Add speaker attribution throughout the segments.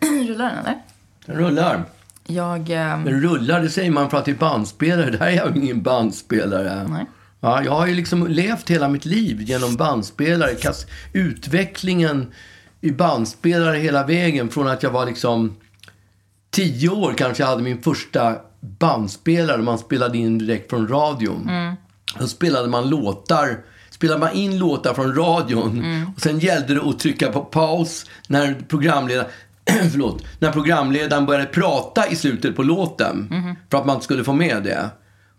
Speaker 1: rullar den eller?
Speaker 2: Den rullar.
Speaker 1: Jag... ehm,
Speaker 2: Den rullar, det säger man för att det är bandspelare. Det här är jag ju ingen bandspelare.
Speaker 1: Nej.
Speaker 2: Ja, jag har ju liksom levt hela mitt liv genom bandspelare. Kas- Utvecklingen i bandspelare hela vägen. Från att jag var liksom tio år kanske jag hade min första bandspelare. Man spelade in direkt från radion. Då spelade man låtar. Spelade man in låtar från radion. Och sen gällde det att trycka på paus när programledaren Förlåt. När programledaren började prata i slutet på låten. För att man inte skulle få med det.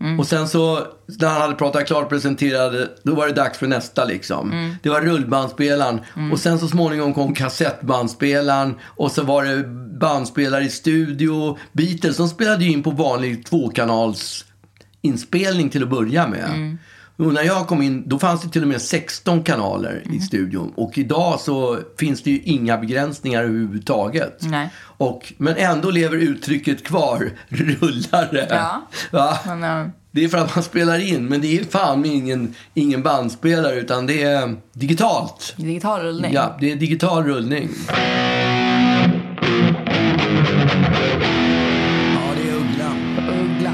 Speaker 1: Mm.
Speaker 2: Och sen så, när han hade pratat klart och presenterade, då var det dags för nästa liksom.
Speaker 1: Mm.
Speaker 2: Det var rullbandspelaren. Och sen så småningom kom kassettbandspelaren. Och så var det bandspelare i studio. Beatles, de spelade ju in på vanlig tvåkanals inspelning till att börja med.
Speaker 1: Mm.
Speaker 2: Och när jag kom in, då fanns det till och med 16 kanaler
Speaker 1: Mm.
Speaker 2: i studion. Och idag så finns det ju inga begränsningar överhuvudtaget.
Speaker 1: Nej.
Speaker 2: Och, men ändå lever uttrycket kvar, rullare.
Speaker 1: Ja.
Speaker 2: Va?
Speaker 1: Men, eh,
Speaker 2: Det är för att man spelar in, men det är fan ingen, ingen bandspelare utan det är digitalt.
Speaker 1: digital rullning.
Speaker 2: Ja, det är digital rullning. Ja, det är Uggla.
Speaker 1: Uggla.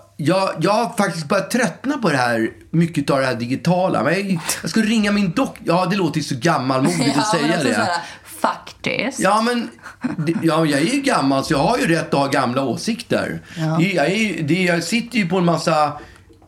Speaker 2: jag, jag har faktiskt börjat tröttna på det här, mycket av det här digitala. Men jag, jag skulle ringa min doktor. Ja, det låter ju så gammalmodigt att
Speaker 1: men
Speaker 2: säga
Speaker 1: också
Speaker 2: det.
Speaker 1: så här, Faktiskt.
Speaker 2: Ja, men det- ja, jag är ju gammal så jag har ju rätt att ha gamla åsikter. Det- Jag, är, ju- det, jag sitter ju på en massa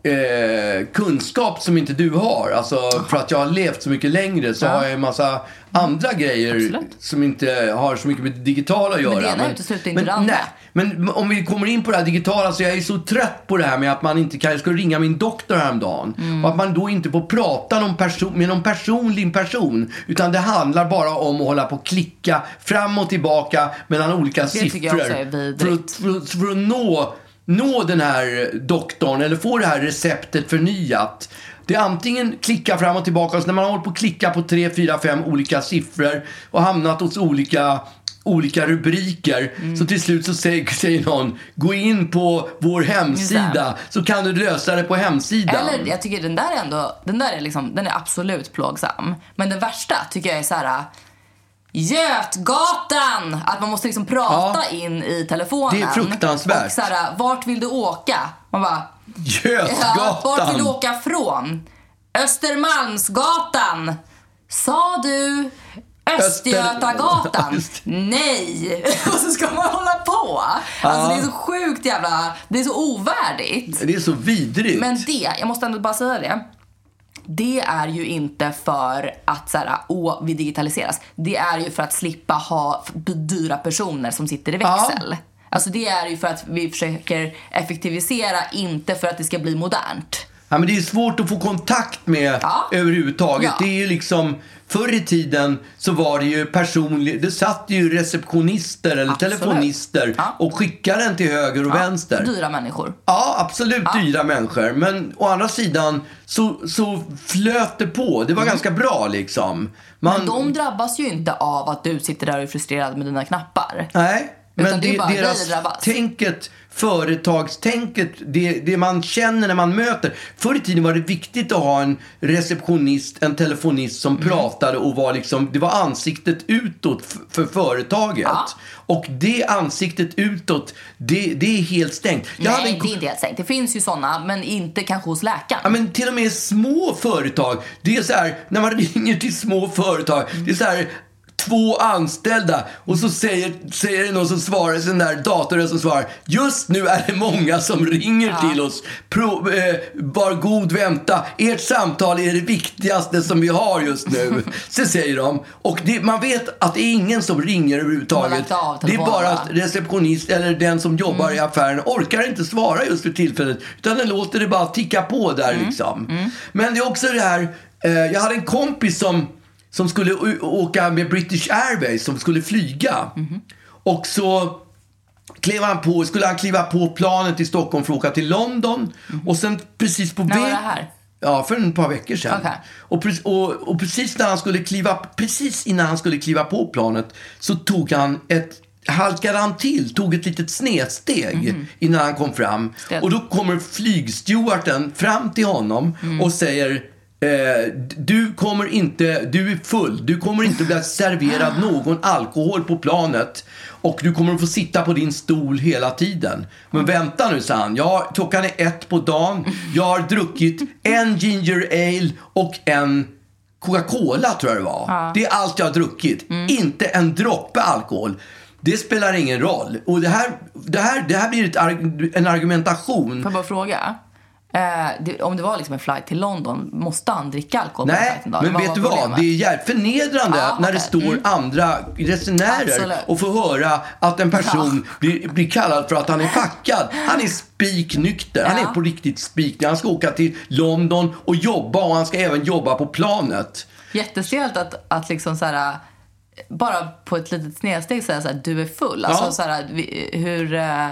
Speaker 2: eh, kunskap som inte du har. Alltså, för att jag har levt så mycket längre så har jag en massa andra grejer
Speaker 1: Absolut.
Speaker 2: som inte har så mycket med det digitala att göra.
Speaker 1: ena utesluter inte
Speaker 2: men,
Speaker 1: det andra.
Speaker 2: Nej, men om vi kommer in på det här digitala så jag är så trött på det här med att man inte kan, jag skulle ringa min doktor häromdagen
Speaker 1: Mm.
Speaker 2: och att man då inte får prata någon person, med någon personlig person utan det handlar bara om att hålla på och klicka fram och tillbaka mellan olika
Speaker 1: tycker
Speaker 2: siffror.
Speaker 1: jag också är
Speaker 2: för,
Speaker 1: vidrigt.
Speaker 2: att, för, att, för att nå, nå den här doktorn eller få det här receptet förnyat. Det är antingen klicka fram och tillbaka, och så när man har hållit på och klicka på tre, fyra, fem olika siffror och hamnat hos olika olika rubriker. Så till slut så säger, säger någon, gå in på vår hemsida så kan du lösa det på hemsidan.
Speaker 1: Eller jag tycker den där är ändå, den där är liksom, den är absolut plågsam. Men den värsta tycker jag är så här. Götgatan! Att man måste liksom prata
Speaker 2: Ja.
Speaker 1: in i telefonen.
Speaker 2: Det är fruktansvärt.
Speaker 1: Och så här, vart vill du åka? Man bara, ja, vart vill du
Speaker 2: Götgatan!
Speaker 1: åka från? Östermalmsgatan! Sa du
Speaker 2: Ja,
Speaker 1: Östgötagatan?
Speaker 2: just det.
Speaker 1: Nej! Och så ska man hålla på. Alltså
Speaker 2: Ja.
Speaker 1: det är så sjukt jävla, det är så ovärdigt.
Speaker 2: Det är så vidrigt.
Speaker 1: Men det, jag måste ändå bara säga det. Det är ju inte för att så här, åh, vi digitaliseras. Det är ju för att slippa ha f- dyra personer som sitter i växel. Alltså det är ju för att vi försöker effektivisera, inte för att det ska bli modernt.
Speaker 2: Ja, men det är svårt att få kontakt med
Speaker 1: Ja.
Speaker 2: överhuvudtaget.
Speaker 1: Ja.
Speaker 2: Det är ju liksom, förr i tiden så var det ju personligt, det satt ju receptionister eller
Speaker 1: Absolut.
Speaker 2: telefonister
Speaker 1: Ja.
Speaker 2: och skickade den till höger och vänster.
Speaker 1: Dyra människor.
Speaker 2: Ja, absolut dyra människor. Men å andra sidan så, så flöt det på. Det var ganska bra liksom. Man,
Speaker 1: Mm. Men de drabbas ju inte av att du sitter där och är frustrerad med dina knappar.
Speaker 2: Nej,
Speaker 1: Utan
Speaker 2: men
Speaker 1: det är
Speaker 2: det,
Speaker 1: bara vi
Speaker 2: deras
Speaker 1: drabbas.
Speaker 2: tänket, företagstänket, det, det man känner när man möter. Förr i tiden var det viktigt att ha en receptionist, en telefonist som
Speaker 1: Mm.
Speaker 2: pratade och var liksom, det var ansiktet utåt f- för företaget. Och det ansiktet utåt, det, det är helt stängt. Jag hade
Speaker 1: Nej,
Speaker 2: en
Speaker 1: det är inte helt sänkt. Det finns ju såna, men inte kanske hos läkaren.
Speaker 2: Ja, men till och med små företag. Det är så här, när man ringer till små företag. Det är så här, två anställda och så säger, säger det någon som svarar, den där datorn som svarar, just nu är det många som ringer till oss. Pro, eh, var god vänta, ert samtal är det viktigaste som vi har just nu. så säger de. Och det, man vet att det är ingen som ringer överhuvudtaget.
Speaker 1: Man har lagt av
Speaker 2: Det är bara
Speaker 1: telefonen, Mm.
Speaker 2: att receptionist eller den som jobbar i affären orkar inte svara just för tillfället. Utan den låter det bara ticka på där
Speaker 1: Mm.
Speaker 2: liksom. Men det är också det här, eh, jag hade en kompis som, som skulle u- åka med British Airways, som skulle flyga.
Speaker 1: Mm-hmm.
Speaker 2: Och så klev han på, skulle han kliva på planet i Stockholm för att åka till London. Och sen precis på
Speaker 1: Mm-hmm. När var
Speaker 2: väg-
Speaker 1: det här?
Speaker 2: Ja, för ett par veckor sedan.
Speaker 1: Okej.
Speaker 2: Och, pre- och, och precis, när han skulle kliva, precis innan han skulle kliva på planet så tog han ett halkade han till, tog ett litet snedsteg innan han kom fram.
Speaker 1: Stelt.
Speaker 2: Och då kommer flygstewarden fram till honom och säger eh, du kommer inte, du är full, du kommer inte bli serverad någon alkohol på planet och du kommer att få sitta på din stol hela tiden. Men vänta nu, sa han. Jag, har- klockan är ett på dagen. Jag har druckit en ginger ale och en Coca-Cola tror jag det var. Det är allt jag har druckit.
Speaker 1: Mm.
Speaker 2: Inte en droppe alkohol. Det spelar ingen roll. Och det här, det här, det här blir ett, arg- en argumentation.
Speaker 1: Får jag bara fråga? Eh, det, om det var liksom en flight till London, måste han dricka alkohol på den
Speaker 2: Nej,
Speaker 1: flighten då?
Speaker 2: men
Speaker 1: Eller
Speaker 2: vet du
Speaker 1: var
Speaker 2: vad?
Speaker 1: problemet?
Speaker 2: Det är jävligt förnedrande
Speaker 1: Ja,
Speaker 2: när det
Speaker 1: okej. Mm.
Speaker 2: står andra resenärer
Speaker 1: Absolut.
Speaker 2: och får höra att en person blir, blir kallad för att han är packad. Han är spiknykter. Han
Speaker 1: Ja.
Speaker 2: är på riktigt spiknykter. Han ska åka till London och jobba och han ska även jobba på planet.
Speaker 1: Jättestelt att, att liksom så här, bara på ett litet snedsteg säga så här, du är full. Alltså
Speaker 2: Ja.
Speaker 1: så här, vi- hur, eh,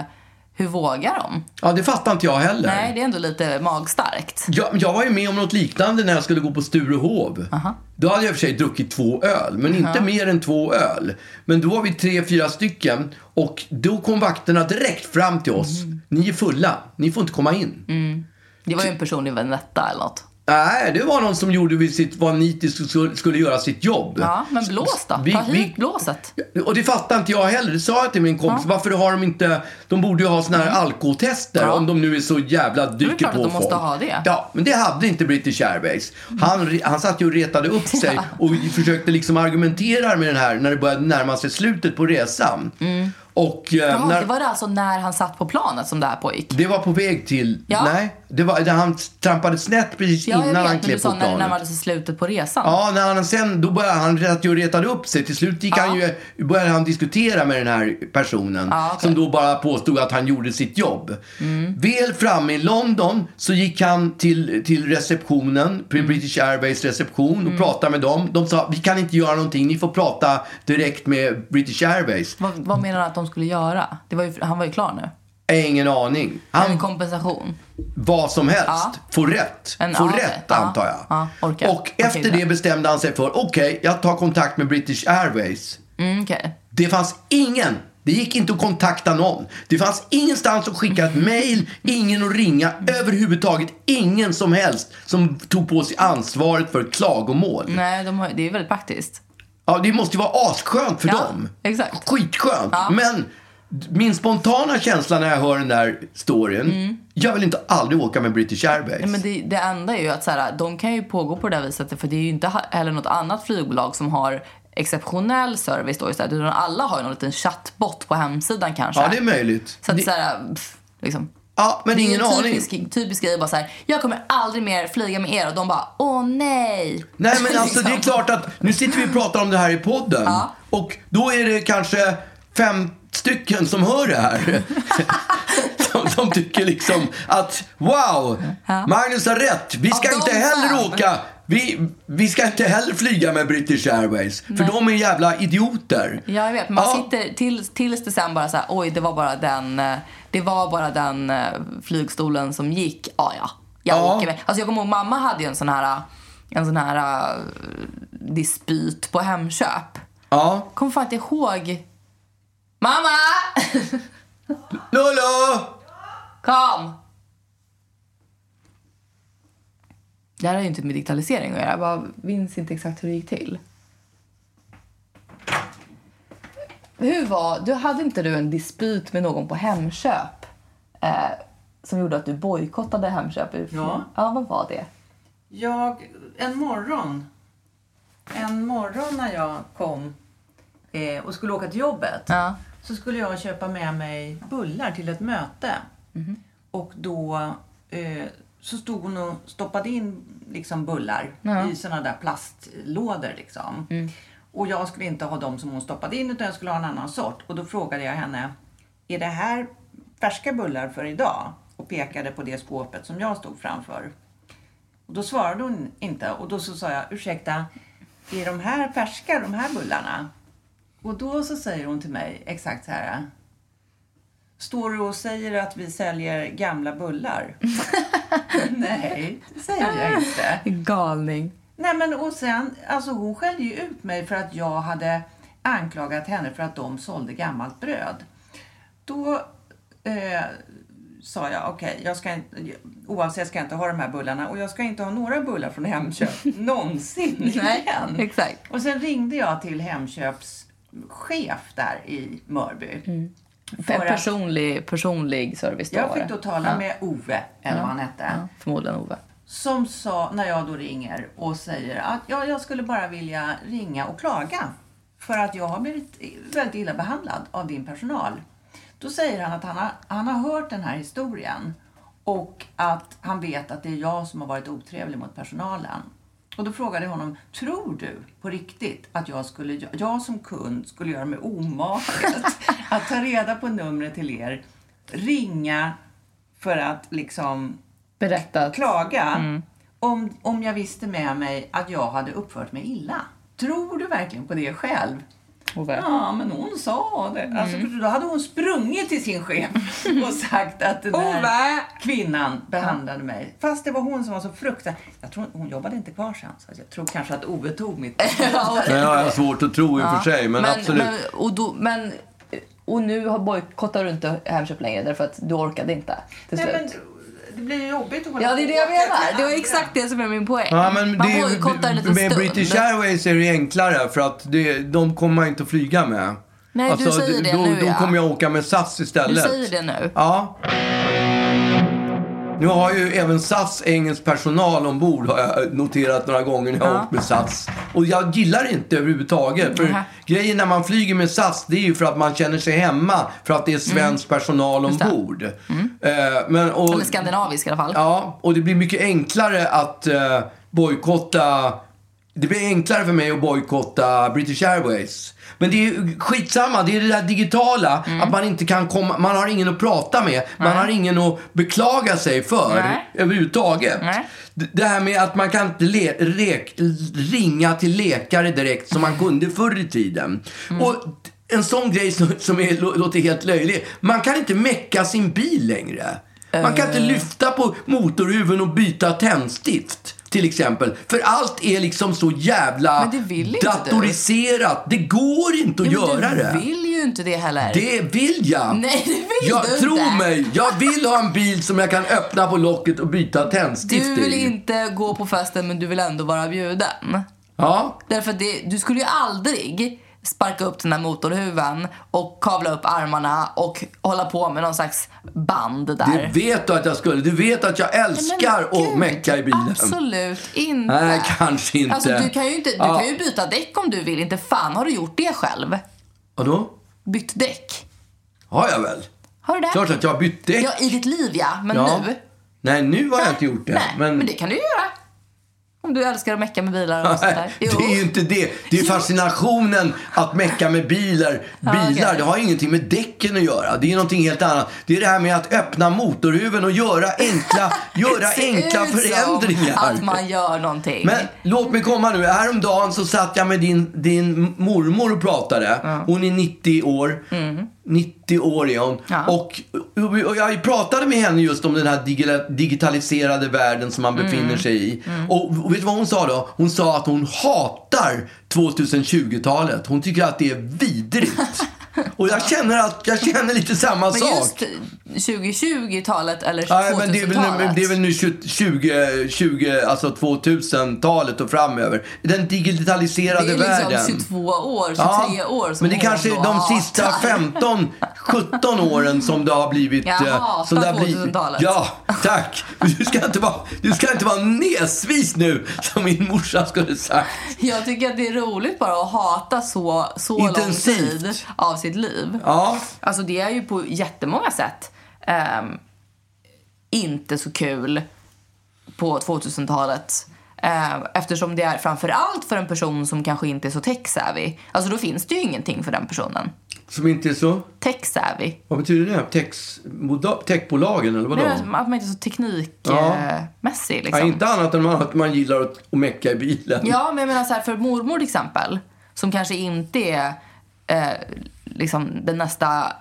Speaker 1: hur vågar de?
Speaker 2: Ja, det fattar inte jag heller.
Speaker 1: Nej, det är ändå lite magstarkt.
Speaker 2: Jag, jag var ju med om något liknande när jag skulle gå på Sturehov. Då hade jag i och för sig druckit två öl, men inte mer än två öl. Men då var vi tre, fyra stycken och då kom vakterna direkt fram till oss.
Speaker 1: Mm.
Speaker 2: Ni är fulla, ni får inte komma in.
Speaker 1: Det var ju en person i Venetta eller något.
Speaker 2: Nej, det var någon som gjorde vid sitt, var nitisk och skulle, skulle göra sitt jobb.
Speaker 1: Ja, men blås då.
Speaker 2: Vi-
Speaker 1: Ta
Speaker 2: vi-
Speaker 1: hit blåset.
Speaker 2: Och det fattar inte jag heller. Det sa jag till min kompis. Varför har de inte... De borde ju ha såna här alkotester
Speaker 1: Mm. Ja.
Speaker 2: om de nu är så jävla dyker
Speaker 1: klart
Speaker 2: på
Speaker 1: att de
Speaker 2: folk.
Speaker 1: måste ha det.
Speaker 2: Ja, men det hade inte British Airways. Han, re- han satt ju och retade upp sig och försökte liksom argumentera med den här när det började närma sig slutet på resan. Och, eh,
Speaker 1: Jaha,
Speaker 2: när,
Speaker 1: Mm. Det var det alltså när han satt på planet som det här pågick?
Speaker 2: det var på väg till...
Speaker 1: Ja.
Speaker 2: Nej, det var, där han trampade snett precis
Speaker 1: Ja,
Speaker 2: innan
Speaker 1: jag
Speaker 2: han
Speaker 1: vet, men du
Speaker 2: klev på
Speaker 1: sa när det
Speaker 2: planet.
Speaker 1: närmade sig slutet på resan.
Speaker 2: Ja, när han sen, då började han ret- ju retade upp sig. Till slut gick han ju, började han diskutera med den här personen.
Speaker 1: Ja, okej. Mm.
Speaker 2: Som då bara påstod att han gjorde sitt jobb. Väl framme i London så gick han till, till receptionen,
Speaker 1: Mm.
Speaker 2: till British Airways reception och pratade med dem. De sa, vi kan inte göra någonting, ni får prata direkt med British Airways.
Speaker 1: Vad, vad menar han att de skulle göra? Det var ju, han var ju klar nu.
Speaker 2: Äh, Ingen aning. Han,
Speaker 1: En kompensation.
Speaker 2: vad som helst.
Speaker 1: Ja.
Speaker 2: Får rätt.
Speaker 1: En-
Speaker 2: Får
Speaker 1: ja, okej.
Speaker 2: rätt
Speaker 1: Ja,
Speaker 2: antar jag.
Speaker 1: ja, orkar.
Speaker 2: och
Speaker 1: Okej,
Speaker 2: efter
Speaker 1: bra.
Speaker 2: det bestämde han sig för, okej, jag tar kontakt med British Airways.
Speaker 1: Mm, Okej.
Speaker 2: Det fanns ingen. Det gick inte att kontakta någon. Det fanns ingenstans att skicka ett mail, ingen att ringa, överhuvudtaget ingen som helst som tog på sig ansvaret för klagomål.
Speaker 1: Nej, de har, det är väldigt praktiskt.
Speaker 2: Ja, det måste ju vara asskönt för
Speaker 1: Ja,
Speaker 2: dem.
Speaker 1: exakt.
Speaker 2: Skitskönt. Men min spontana känsla när jag hör den där storyn, jag vill inte aldrig åka med British Airways.
Speaker 1: Mm. Men det, det enda är ju att så här, de kan ju pågå på det där viset för det är ju inte ha- heller något annat flygbolag som har exceptionell service då istället. Utan alla har ju någon liten chattbot på hemsidan kanske.
Speaker 2: Ja, det är möjligt.
Speaker 1: Så att
Speaker 2: Det-
Speaker 1: så här, pff, liksom.
Speaker 2: ja, men
Speaker 1: Det är ju
Speaker 2: ingen
Speaker 1: en
Speaker 2: aning.
Speaker 1: typisk, typisk grej bara så här, jag kommer aldrig mer flyga med er och de bara, åh nej.
Speaker 2: Nej men alltså det är
Speaker 1: Liksom.
Speaker 2: klart att nu sitter vi och pratar om det här i podden. Och då är det kanske fem stycken som hör det här. som, som tycker liksom att wow, Magnus har rätt. Vi ska
Speaker 1: Av
Speaker 2: inte
Speaker 1: de
Speaker 2: heller
Speaker 1: fem.
Speaker 2: åka vi, vi ska inte heller flyga med British Airways. För de är jävla idioter.
Speaker 1: Ja, jag vet. Man
Speaker 2: Ja.
Speaker 1: sitter till, tills det sen bara så här, oj, det var bara den, eh, det var bara den eh, flygstolen som gick. Ja, ja. Jag
Speaker 2: Ja.
Speaker 1: åker med. Alltså jag kommer ihåg, mamma hade ju en sån här, eh, en sån här eh, dispyt på Hemköp.
Speaker 2: Ja.
Speaker 1: Kommer fan inte ihåg. Mamma!
Speaker 2: Lolo!
Speaker 1: Kom! Det här har ju inte med digitalisering att göra. Jag bara minns inte exakt hur det gick till. Hur var, du hade inte du en dispyt med någon på Hemköp eh, som gjorde att du bojkottade Hemköp?
Speaker 3: Ja.
Speaker 1: ja. Vad var det?
Speaker 3: Jag, en morgon, en morgon när jag kom eh, och skulle åka till jobbet
Speaker 1: Ja.
Speaker 3: så skulle jag köpa med mig bullar till ett möte. Och då eh, så stod hon och stoppade in liksom bullar i såna där plastlådor. Liksom. Och jag skulle inte ha dem som hon stoppade in utan jag skulle ha en annan sort. Och då frågade jag henne, är det här färska bullar för idag? Och pekade på det skåpet som jag stod framför. Och då svarade hon inte och då så sa jag, ursäkta, är de här färska, de här bullarna? Och då så säger hon till mig exakt så här. Står du och säger att vi säljer gamla bullar? Nej, det säger jag inte.
Speaker 1: Galning.
Speaker 3: Nej men och sen, alltså hon skällde ju ut mig för att jag hade anklagat henne för att de sålde gammalt bröd. Då eh, sa jag, okej, jag ska inte, oavsett ska jag inte ha de här bullarna och jag ska inte ha några bullar från Hemköp någonsin
Speaker 1: Nej,
Speaker 3: igen.
Speaker 1: exakt.
Speaker 3: Och sen ringde jag till Hemköps chef där i Mörby. För
Speaker 1: En
Speaker 3: att-
Speaker 1: personlig, personlig service då
Speaker 3: jag
Speaker 1: Mm. var
Speaker 3: fick
Speaker 1: det.
Speaker 3: då tala med Ove, eller vad han hette.
Speaker 1: Ja, förmodligen Ove.
Speaker 3: som sa, när jag då ringer och säger att ja, jag skulle bara vilja ringa och klaga för att jag har blivit väldigt illa behandlad av din personal. Då säger han att han har, han har hört den här historien och att han vet att det är jag som har varit otrevlig mot personalen. Och då frågade jag honom, tror du på riktigt att jag, skulle, jag som kund skulle göra mig omaket att ta reda på numret till er, ringa för att liksom
Speaker 1: Berätta att...
Speaker 3: klaga
Speaker 1: Mm.
Speaker 3: om, om jag visste med mig att jag hade uppfört mig illa. Tror du verkligen på det själv?
Speaker 1: Ove.
Speaker 3: Ja, men hon sa det. Alltså,
Speaker 1: Mm.
Speaker 3: för då hade hon sprungit till sin chef och sagt att
Speaker 1: Oh,
Speaker 3: den där
Speaker 1: Ove!
Speaker 3: kvinnan behandlade mig. Fast det var hon som var så fruktansvärd. Jag tror hon jobbade inte kvar sen, så jag tror kanske att Ove tog mitt...
Speaker 2: Det har jag svårt att tro i och för sig, men, absolut.
Speaker 1: Men, och, då, men, och nu har bojkottar du inte Hemköp längre därför att du orkade inte till
Speaker 3: Nej,
Speaker 1: slut.
Speaker 3: men det blir ju jobbigt att hålla
Speaker 1: Ja, det är det jag
Speaker 3: på.
Speaker 1: menar. Det var exakt det som är min poäng.
Speaker 2: Ja, men
Speaker 1: Man
Speaker 2: det,
Speaker 1: bojkottar en liten
Speaker 2: med
Speaker 1: stund.
Speaker 2: British Airways är det enklare för att det, de kommer man inte att flyga med.
Speaker 1: Nej, du säger
Speaker 2: d-
Speaker 1: det
Speaker 2: då,
Speaker 1: nu,
Speaker 2: Då
Speaker 1: ja.
Speaker 2: kommer jag åka med SAS
Speaker 1: Du
Speaker 2: istället.
Speaker 1: säger det nu.
Speaker 2: Ja. Nu har ju även SAS engelsk personal ombord har jag noterat några gånger när jag har åkt med SAS. Och jag gillar det inte överhuvudtaget. För
Speaker 1: Nähä.
Speaker 2: grejen när man flyger med SAS det är ju för att man känner sig hemma för att det är svensk personal
Speaker 1: Mm. det. Mm.
Speaker 2: ombord. Eh, men, och,
Speaker 1: Eller skandinavisk i alla fall.
Speaker 2: Ja, och det blir mycket enklare att eh, bojkotta... Det blir enklare för mig att bojkotta British Airways. Men det är ju skitsamma, det är det där digitala.
Speaker 1: Mm.
Speaker 2: Att man inte kan komma, man har ingen att prata med. Man har ingen att beklaga sig för
Speaker 1: Nej.
Speaker 2: överhuvudtaget.
Speaker 1: Nej.
Speaker 2: D- Det här med att man kan inte le- rek- ringa till läkare direkt som man kunde förr i tiden.
Speaker 1: Mm.
Speaker 2: Och en sån grej som, som är, lå- låter helt löjlig. Man kan inte mecka sin bil längre. Man kan inte
Speaker 1: Eh.
Speaker 2: lyfta på motorhuven och byta tändstift. Till exempel. För allt är liksom så jävla
Speaker 1: Men det vill inte du.
Speaker 2: datoriserat. Det går inte att
Speaker 1: Jo, men
Speaker 2: göra
Speaker 1: du
Speaker 2: det.
Speaker 1: vill ju inte det heller.
Speaker 2: Det vill jag.
Speaker 1: Nej, det vill
Speaker 2: jag,
Speaker 1: du
Speaker 2: Tro
Speaker 1: inte.
Speaker 2: mig, jag vill ha en bil som jag kan öppna på locket och byta tändstift
Speaker 1: du vill
Speaker 2: i.
Speaker 1: inte gå på festen men du vill ändå vara bjuden.
Speaker 2: Ja,
Speaker 1: Därför att det, du skulle ju aldrig sparka upp den där motorhuven och kavla upp armarna och hålla på med någon slags band där.
Speaker 2: det vet du att jag skulle. Du vet att jag älskar
Speaker 1: Men
Speaker 2: att
Speaker 1: gud,
Speaker 2: mecka i bilen.
Speaker 1: Absolut inte.
Speaker 2: Nej, kanske inte.
Speaker 1: Alltså, du kan ju, inte, du
Speaker 2: Ja.
Speaker 1: kan ju byta däck om du vill. Inte fan har du gjort det själv.
Speaker 2: Och då?
Speaker 1: Bytt däck.
Speaker 2: Har jag väl?
Speaker 1: Har du det?
Speaker 2: Klart att jag har bytt däck.
Speaker 1: Ja, i ditt liv ja, men
Speaker 2: Ja.
Speaker 1: nu?
Speaker 2: Nej, nu har jag inte gjort det.
Speaker 1: Nej, men... det kan du ju göra. Om du älskar att mecka med bilar och sånt där.
Speaker 2: Nej, det är ju inte det. Det är fascinationen att mecka med bilar. Bilar,
Speaker 1: okej.
Speaker 2: det har ingenting med däcken att göra. Det är någonting helt annat. Det är det här med att öppna motorhuven och göra enkla, göra
Speaker 1: Det ser
Speaker 2: enkla
Speaker 1: ut som
Speaker 2: förändringar.
Speaker 1: att man gör någonting.
Speaker 2: Men låt mig komma nu. Häromdagen så satt jag med din, din mormor och pratade. Hon är 90 år. 90 år är hon.
Speaker 1: Mm. Ja.
Speaker 2: Och, och jag pratade med henne just om den här digila- digitaliserade världen som
Speaker 1: Mm.
Speaker 2: man befinner sig i. Och, och vet du vad hon sa då? Hon sa att hon hatar 2020-talet. Hon tycker att det är vidrigt. och jag känner, att, jag känner lite samma
Speaker 1: Men
Speaker 2: sak.
Speaker 1: just 2020-talet eller
Speaker 2: Nej, men det är
Speaker 1: 2000-talet.
Speaker 2: väl nu, det är väl nu 20, 20, 20 alltså 2000-talet och framöver. Den digitaliserade
Speaker 1: Det är
Speaker 2: världen.
Speaker 1: liksom 22 år, 23 år som
Speaker 2: men det
Speaker 1: hon
Speaker 2: kanske
Speaker 1: då
Speaker 2: är de
Speaker 1: hatar.
Speaker 2: sista 15, 17 åren som det har blivit...
Speaker 1: Jag
Speaker 2: eh,
Speaker 1: hatar
Speaker 2: som det har blivit-
Speaker 1: 2000-talet.
Speaker 2: Ja, tack! Du ska inte vara, du ska inte vara nesvis nu, som min morsa skulle sagt.
Speaker 1: Jag tycker att det är roligt bara att hata så, så lång
Speaker 2: Intensivt.
Speaker 1: tid av sitt liv.
Speaker 2: Ja,
Speaker 1: Alltså det är ju på jättemånga sätt ehm, inte så kul på 2000-talet. Ehm, eftersom det är framförallt för en person som kanske inte är så tech-savvy. Alltså då finns det ju ingenting för den personen.
Speaker 2: som inte är så...
Speaker 1: Tech-savvy.
Speaker 2: Vad betyder det? Techs- moda- Techbolagen, eller vadå?
Speaker 1: Nej, men Att man inte är så
Speaker 2: Ja.
Speaker 1: teknikmässig liksom.
Speaker 2: Ja, inte annat än att man gillar att att mecka i bilen.
Speaker 1: Ja, men jag menar så här, för mormor till exempel, som kanske inte är eh, liksom den nästa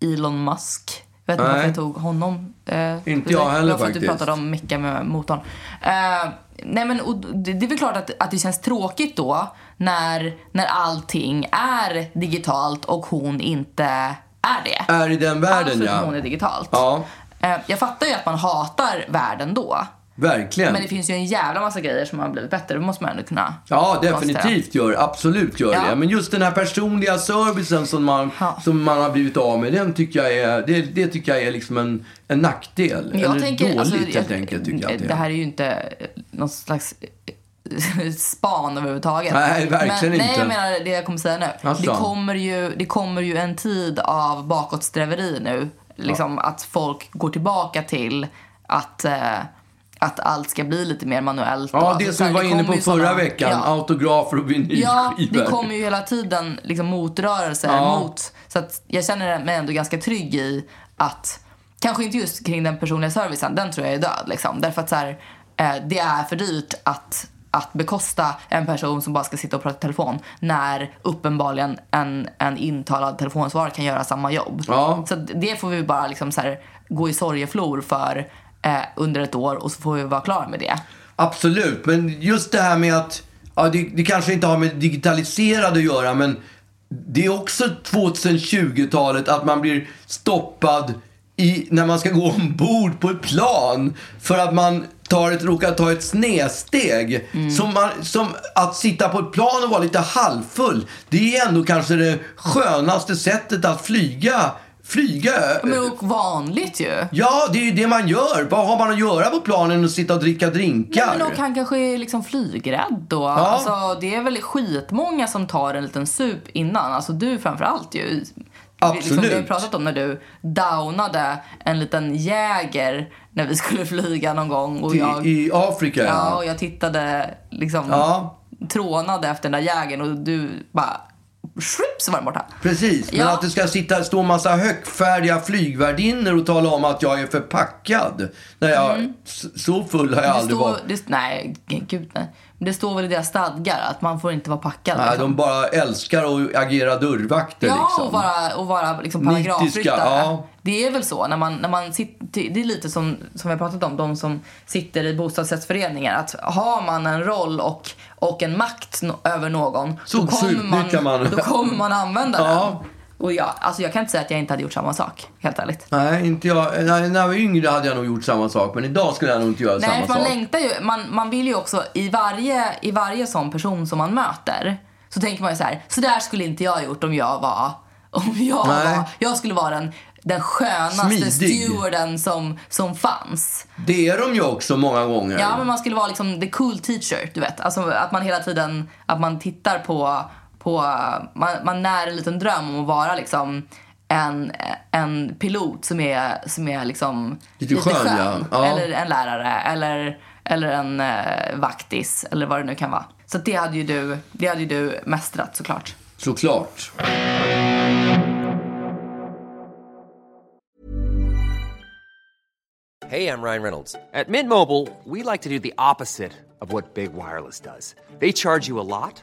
Speaker 1: Elon Musk. Jag vet inte
Speaker 2: Nej.
Speaker 1: varför jag tog honom. Eh,
Speaker 2: Inte jag heller
Speaker 1: för att du
Speaker 2: faktiskt.
Speaker 1: pratade om mecka med motorn. Eh, nej men och det, det är väl klart att, att det känns tråkigt då när, när allting är digitalt och hon inte är det.
Speaker 2: Är i den
Speaker 1: Allt
Speaker 2: världen,
Speaker 1: förutom hon är
Speaker 2: ja.
Speaker 1: digitalt.
Speaker 2: Ja,
Speaker 1: Eh, jag fattar ju att man hatar världen då.
Speaker 2: verkligen.
Speaker 1: Men det finns ju en jävla massa grejer som har blivit bättre. Det måste man ändå kunna
Speaker 2: Ja,
Speaker 1: konstatera.
Speaker 2: definitivt gör Absolut gör
Speaker 1: Ja.
Speaker 2: det. Men just den här personliga servicen som man,
Speaker 1: Ja.
Speaker 2: som man har blivit av med, den tycker jag är, det, det tycker jag är liksom en, en nackdel.
Speaker 1: Men Jag
Speaker 2: Eller
Speaker 1: tänker,
Speaker 2: dåligt,
Speaker 1: alltså,
Speaker 2: helt enkelt, tycker jag att det
Speaker 1: det,
Speaker 2: är.
Speaker 1: här är ju inte eh, någon slags eh, span överhuvudtaget.
Speaker 2: Nej, verkligen
Speaker 1: men, Nej,
Speaker 2: inte.
Speaker 1: jag menar det jag kommer säga nu.
Speaker 2: Alltså.
Speaker 1: Det, kommer ju, det kommer ju en tid av bakåtsträveri nu. Liksom att folk går tillbaka till att, eh, att allt ska bli lite mer manuellt. och
Speaker 2: Ja,
Speaker 1: alltså
Speaker 2: det
Speaker 1: så
Speaker 2: som
Speaker 1: här,
Speaker 2: vi var inne
Speaker 1: kommer
Speaker 2: på
Speaker 1: ju
Speaker 2: förra
Speaker 1: sådana-
Speaker 2: veckan.
Speaker 1: Ja.
Speaker 2: Autografer och
Speaker 1: Ja,
Speaker 2: vinylskivor.
Speaker 1: det kommer ju hela tiden liksom motrörelser
Speaker 2: Ja.
Speaker 1: mot. Så att jag känner mig ändå ganska trygg i att, kanske inte just kring den personliga servicen, den tror jag är död liksom. Därför att så här, eh, det är för dyrt att, att bekosta en person som bara ska sitta och prata i telefon när uppenbarligen en, en intalad telefonsvarare kan göra samma jobb.
Speaker 2: Ja.
Speaker 1: Så att det får vi bara liksom så här, gå i sorgeflor för eh, under ett år och så får vi vara klara med det.
Speaker 2: Absolut, men just det här med att... Ja, det, det kanske inte har med digitaliserad att göra, men det är också 2020-talet att man blir stoppad i, när man ska gå ombord på ett plan för att man tar ett, råkar ta ett snedsteg.
Speaker 1: Mm.
Speaker 2: Som, man, som att sitta på ett plan och vara lite halvfull, det är ändå kanske det skönaste sättet att flyga. flyga
Speaker 1: Men
Speaker 2: Eh.
Speaker 1: och vanligt ju.
Speaker 2: Ja, det är ju det man gör. Vad har man att göra på planen och sitta och dricka drinkar?
Speaker 1: Nej, men och han kanske är liksom flygrädd då. Alltså, det är väl skitmånga som tar en liten sup innan. Alltså du framförallt ju.
Speaker 2: Absolut.
Speaker 1: Liksom, vi har ju pratat om när du downade en liten jäger när vi skulle flyga någon gång. Och
Speaker 2: I,
Speaker 1: jag,
Speaker 2: I Afrika,
Speaker 1: ja,
Speaker 2: ja.
Speaker 1: och jag tittade liksom,
Speaker 2: Ja.
Speaker 1: trånade efter den där jägern och du bara, shrup så var den borta.
Speaker 2: Precis, men
Speaker 1: Ja.
Speaker 2: att det ska sitta, stå en massa högfärdiga flygvärdinnor och tala om att jag är förpackad. När jag, s- Så full har jag
Speaker 1: Det
Speaker 2: aldrig
Speaker 1: Mm. står,
Speaker 2: varit.
Speaker 1: det, nej, gud nej. Men det står väl i deras stadgar att man får inte vara packad.
Speaker 2: Nej,
Speaker 1: liksom.
Speaker 2: de bara älskar att agera dörrvakter.
Speaker 1: Ja,
Speaker 2: liksom.
Speaker 1: och vara, och vara liksom
Speaker 2: Nitiska,
Speaker 1: paragrafryttare.
Speaker 2: ja.
Speaker 1: Det är väl så. När man, när man sitter, det är lite som, som vi har pratat om, de som sitter i bostadsrättsföreningar. Att har man en roll och, och en makt no- över någon,
Speaker 2: Så- så utnyttjar man.
Speaker 1: då kommer man använda
Speaker 2: Ja.
Speaker 1: den. Och jag, alltså jag kan inte säga att jag inte hade gjort samma sak, helt ärligt.
Speaker 2: Nej, inte jag. Nej, när jag var yngre hade jag nog gjort samma sak, men idag skulle jag nog inte göra
Speaker 1: Nej,
Speaker 2: samma
Speaker 1: för man
Speaker 2: sak.
Speaker 1: längtar ju. Man, man vill ju också i varje, i varje sån person som man möter så tänker man ju så här, så där skulle inte jag gjort om jag var, om jag
Speaker 2: Nej.
Speaker 1: var, jag skulle vara den, den skönaste
Speaker 2: Smidig.
Speaker 1: stewarden som, som fanns.
Speaker 2: Det är de ju också många gånger.
Speaker 1: Ja, men man skulle vara liksom the cool teacher, du vet. Alltså att man hela tiden, att man tittar på, på man, man när en liten dröm om att vara liksom en, en pilot som är, som är liksom
Speaker 2: Lite skön, ja. Ja.
Speaker 1: Eller en lärare, eller, eller en eh, vaktis, eller vad det nu kan vara. Så att det hade ju du, det hade ju du mästrat såklart.
Speaker 2: Såklart.
Speaker 4: Hey, I'm Ryan Reynolds. At Mint Mobile, we like to do the opposite of what Big Wireless does. They charge you a lot,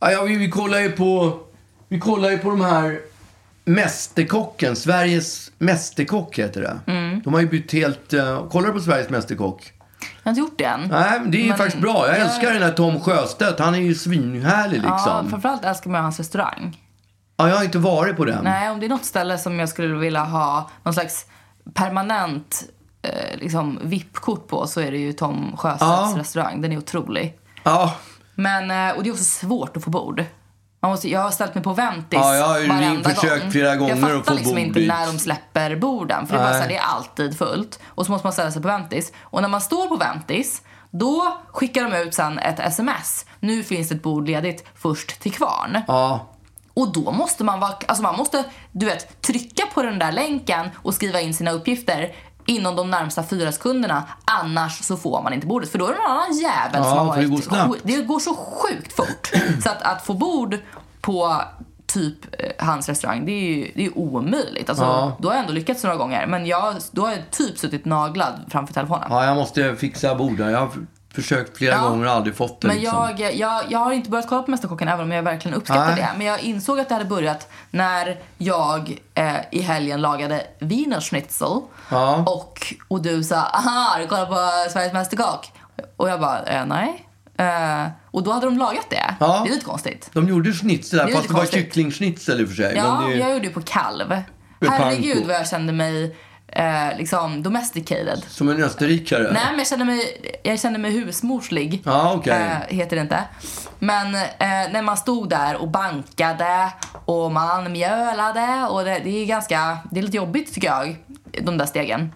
Speaker 2: Ja, ja, vi, vi kollar ju på... Vi kollar ju på de här Mästerkocken, Sveriges Mästerkock heter det.
Speaker 1: Mm.
Speaker 2: De har ju bytt helt... eh, kollar du på Sveriges Mästerkock?
Speaker 1: Jag har inte gjort det än.
Speaker 2: Nej, men det är ju faktiskt bra. Jag älskar den här Tom Sjöstedt. Han är ju svinhärlig
Speaker 1: Ja,
Speaker 2: liksom. Ja,
Speaker 1: framförallt älskar man hans restaurang.
Speaker 2: jag har inte varit på den.
Speaker 1: Nej, om det är något ställe som jag skulle vilja ha någon slags permanent eh, liksom, VIP-kort på så är det ju Tom Sjöstedts
Speaker 2: Ja.
Speaker 1: restaurang. Den är otrolig.
Speaker 2: Ja,
Speaker 1: Men, eh, och det är också svårt att få bord. Man måste, jag har ställt mig på ventis
Speaker 2: Ja, jag har ju
Speaker 1: varenda
Speaker 2: försökt
Speaker 1: gång.
Speaker 2: flera gånger
Speaker 1: Jag
Speaker 2: att
Speaker 1: fattar
Speaker 2: få
Speaker 1: liksom
Speaker 2: bord
Speaker 1: inte
Speaker 2: dit.
Speaker 1: när de släpper borden. För det är, bara så här, det är alltid fullt. Och så måste man ställa sig på ventis. Och när man står på ventis, då skickar de ut sen ett sms. Nu finns ett bord ledigt först till kvarn.
Speaker 2: ja.
Speaker 1: Och då måste man vara, alltså man måste, du vet, trycka på den där länken och skriva in sina uppgifter inom de närmsta fyra sekunderna. Annars så får man inte bordet. För då är det någon annan jävel
Speaker 2: Ja,
Speaker 1: som har
Speaker 2: för det
Speaker 1: varit...
Speaker 2: går snabbt.
Speaker 1: sju- det går så sjukt fort. så att, att få bord på typ eh, hans restaurang, det är ju det är ju omöjligt. Alltså,
Speaker 2: Ja.
Speaker 1: Då har jag ändå lyckats några gånger. Men jag, då har jag typ suttit naglad framför telefonen.
Speaker 2: ja, jag måste fixa bord där. Jag har försökt flera
Speaker 1: Ja.
Speaker 2: gånger och aldrig fått det.
Speaker 1: Men
Speaker 2: liksom.
Speaker 1: jag, jag, jag har inte börjat kolla på Mästerkocken även om jag verkligen uppskattar
Speaker 2: Nej.
Speaker 1: det. Men jag insåg att det hade börjat när jag eh, i helgen lagade wienerschnitzel.
Speaker 2: Ja.
Speaker 1: Och, och du sa aha, har du kollat på Sveriges Mästerkock? Och jag bara, eh, nej. Eh, och då hade de lagat det.
Speaker 2: Ja.
Speaker 1: Det är lite konstigt.
Speaker 2: De gjorde schnitzel där,
Speaker 1: Det är
Speaker 2: fast
Speaker 1: lite
Speaker 2: det var
Speaker 1: konstigt.
Speaker 2: kycklingschnitzel i och för sig.
Speaker 1: Ja,
Speaker 2: men det,
Speaker 1: jag gjorde ju på kalv.
Speaker 2: Med
Speaker 1: Herregud
Speaker 2: panko.
Speaker 1: vad jag kände mig eh, liksom domesticated.
Speaker 2: Som en österrikare.
Speaker 1: Nej, men jag känner mig, jag känner mig husmorslig.
Speaker 2: Ja, okej.
Speaker 1: eh, heter det inte. Men eh, när man stod där och bankade och man mjölade och det, det är ganska, det är lite jobbigt tycker jag, de där stegen.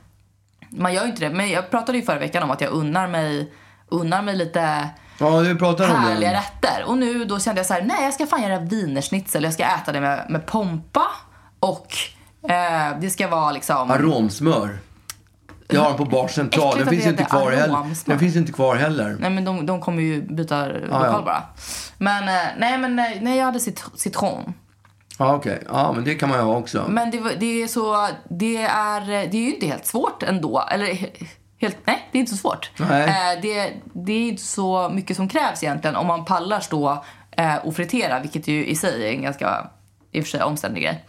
Speaker 1: Man gör ju inte det, men jag pratade ju förra veckan om att jag unnar mig, unnar mig lite
Speaker 2: Ja, du pratar om
Speaker 1: härliga
Speaker 2: det.
Speaker 1: rätter. Och nu då kände jag så här: nej jag ska fan göra wienerschnitzel, jag ska äta det med, med pompa och eh, det ska vara liksom...
Speaker 2: Aromsmör. Jag har den på bar central.
Speaker 1: Äckligt att
Speaker 2: Den finns,
Speaker 1: det
Speaker 2: inte
Speaker 1: heter
Speaker 2: kvar heller.
Speaker 1: aromsmör.
Speaker 2: den finns inte kvar heller.
Speaker 1: Nej men de, de kommer ju byta lokal
Speaker 2: Ah, ja.
Speaker 1: bara. Men eh, nej men nej, nej jag hade cit- citron.
Speaker 2: Ja, okej. Ja, men det kan man ju ha också.
Speaker 1: Men det, var- det är så, det är, det är ju inte helt svårt ändå. Eller he- helt, nej det är inte så svårt.
Speaker 2: Nej.
Speaker 1: Eh, det, det är inte så mycket som krävs egentligen om man pallar stå eh, och fritera. Vilket ju i sig är en ganska, i och för sig omständig grej.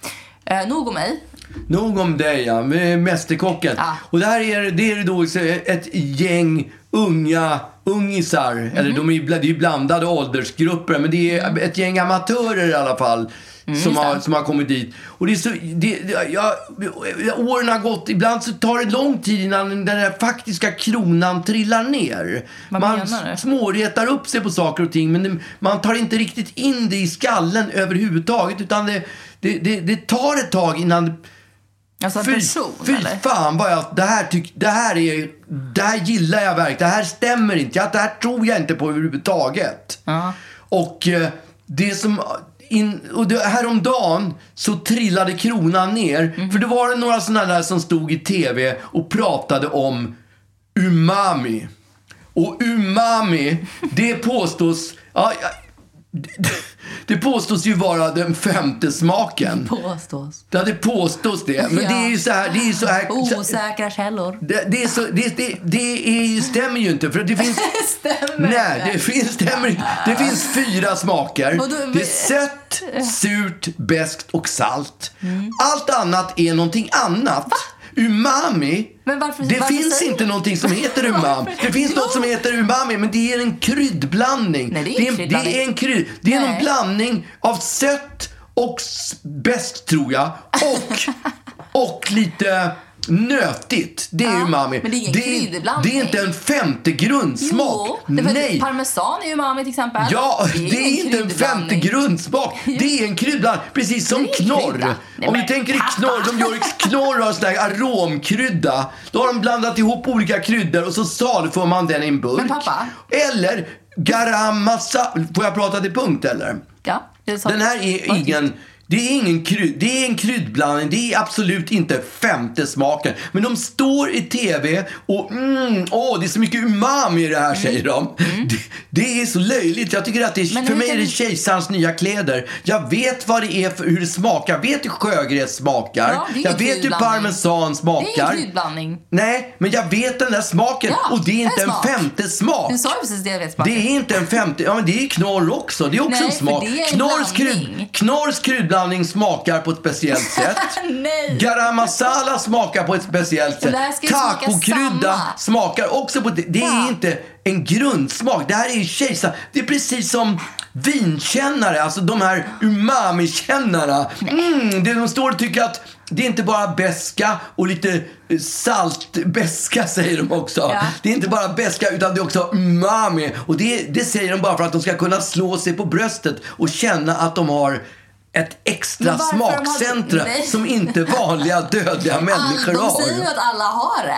Speaker 1: Eh, nog om mig.
Speaker 2: Nog om dig, ja. med Mästerkocken.
Speaker 1: Ah.
Speaker 2: Och det här är, det är då ett gäng unga ungisar.
Speaker 1: Mhm.
Speaker 2: Eller de är, bla- det är blandade åldersgrupper. Men det är ett gäng amatörer i alla fall.
Speaker 1: Mm,
Speaker 2: som, har, som har kommit dit. Och det är så, det, det- jag, åren har gått. Ibland så tar det lång tid innan den där faktiska kronan trillar ner.
Speaker 1: Vad
Speaker 2: man
Speaker 1: menar du?
Speaker 2: småretar upp sig på saker och ting. Men det, man tar inte riktigt in det i skallen överhuvudtaget. Utan det, det, det, det tar ett tag innan det,
Speaker 1: Alltså en
Speaker 2: Fy,
Speaker 1: person
Speaker 2: fy
Speaker 1: eller?
Speaker 2: fan vad jag, det här, tyck, det här är, det här gillar jag verkligen. Det här stämmer inte. Jag, det här tror jag inte på överhuvudtaget. Och eh, det som, in, och det, häromdagen så trillade kronan ner.
Speaker 1: Mm.
Speaker 2: För det var det några sådana där som stod i TV och pratade om umami. Och umami, det påstås, ja, ja, det påstås ju vara den femte smaken.
Speaker 1: Påstås.
Speaker 2: Ja, det påstås det. Men
Speaker 1: Ja. Oh,
Speaker 2: det är ju så här... Det är ju så här
Speaker 1: Osäkra källor.
Speaker 2: det, det, är så, det, det, det är ju, stämmer ju inte. För det finns...
Speaker 1: Stämmer
Speaker 2: Nej, det finns, stämmer inte. Det finns fyra smaker.
Speaker 1: Vadå, men-
Speaker 2: Det är sött, surt, beskt och salt. Allt annat är någonting annat. Umami.
Speaker 1: Men varför-
Speaker 2: det
Speaker 1: varför
Speaker 2: finns
Speaker 1: säger
Speaker 2: inte
Speaker 1: ni-
Speaker 2: någonting som heter umami. Det finns något som heter umami, men det är en kryddblandning.
Speaker 1: Nej, det är ingen
Speaker 2: det är en krydd. Det är någon
Speaker 1: Nej.
Speaker 2: blandning av sött och s- bäst tror jag. Och, och lite nötigt. Det är umami.
Speaker 1: men det är ingen kryddblandning.
Speaker 2: Det är inte en femte grundsmak.
Speaker 1: Jo, det är för att
Speaker 2: Nej.
Speaker 1: parmesan är ju umami till exempel.
Speaker 2: Ja, det är,
Speaker 1: ingen
Speaker 2: inte en femte
Speaker 1: kryddblandning.
Speaker 2: grundsmak. Det är en kryddblandning. Precis som
Speaker 1: Det är en
Speaker 2: knorr.
Speaker 1: krydda. Nej,
Speaker 2: Om du
Speaker 1: men
Speaker 2: tänker i knorr, de gör knorr och har sån där aromkrydda. Då har de blandat ihop olika kryddor och så saluför man den i en burk.
Speaker 1: Men pappa?
Speaker 2: Eller garam masala. Får jag prata till punkt eller?
Speaker 1: Ja, det är så.
Speaker 2: Den här är ingen Det är ingen kryd, det är en kryddblandning. Det är absolut inte femte smaken. Men de står i TV och mm, åh, det är så mycket umami i det
Speaker 1: Mm.
Speaker 2: här säger de. Det, det är så löjligt. Jag tycker att det är,
Speaker 1: Men
Speaker 2: för
Speaker 1: hur
Speaker 2: mig
Speaker 1: kan
Speaker 2: är det
Speaker 1: du-
Speaker 2: kejsarens nya kläder. Jag vet vad det är för, hur det smakar. Jag vet hur sjögräs smakar.
Speaker 1: Ja, det är ingen
Speaker 2: jag vet hur
Speaker 1: kryddblandning.
Speaker 2: parmesan
Speaker 1: Det är
Speaker 2: smakar.
Speaker 1: ingen kryddblandning.
Speaker 2: Nej, men jag vet den där smaken
Speaker 1: Ja,
Speaker 2: och det är inte
Speaker 1: en
Speaker 2: en,
Speaker 1: smak.
Speaker 2: femte smak.
Speaker 1: Du sa ju precis det jag vet.
Speaker 2: Det är inte en femte, ja men det är knorr också. Det är också
Speaker 1: Nej,
Speaker 2: en
Speaker 1: för
Speaker 2: smak.
Speaker 1: det är en
Speaker 2: Knorrs,
Speaker 1: blandning.
Speaker 2: krydd, knorrs kryddblandning smakar på ett speciellt sätt.
Speaker 1: Nej!
Speaker 2: Garam masala smakar på ett speciellt sätt.
Speaker 1: Det här ska ju smaka
Speaker 2: Tacokrydda
Speaker 1: samma.
Speaker 2: smakar också på det. Det är
Speaker 1: Ja.
Speaker 2: inte en grundsmak. Det här är kejsar. Det är precis som vinkännare, alltså de här umami-kännarna. Mm, det de står och tycker att det är inte bara beska och lite saltbeska säger de också.
Speaker 1: Ja.
Speaker 2: Det är inte bara beska utan det är också umami. Och det, det säger de bara för att de ska kunna slå sig på bröstet och känna att de har ett extra
Speaker 1: Men varför de har-
Speaker 2: smakcentra
Speaker 1: Nej.
Speaker 2: som inte vanliga dödliga människor
Speaker 1: Ah, de
Speaker 2: har.
Speaker 1: säger ju att alla har det.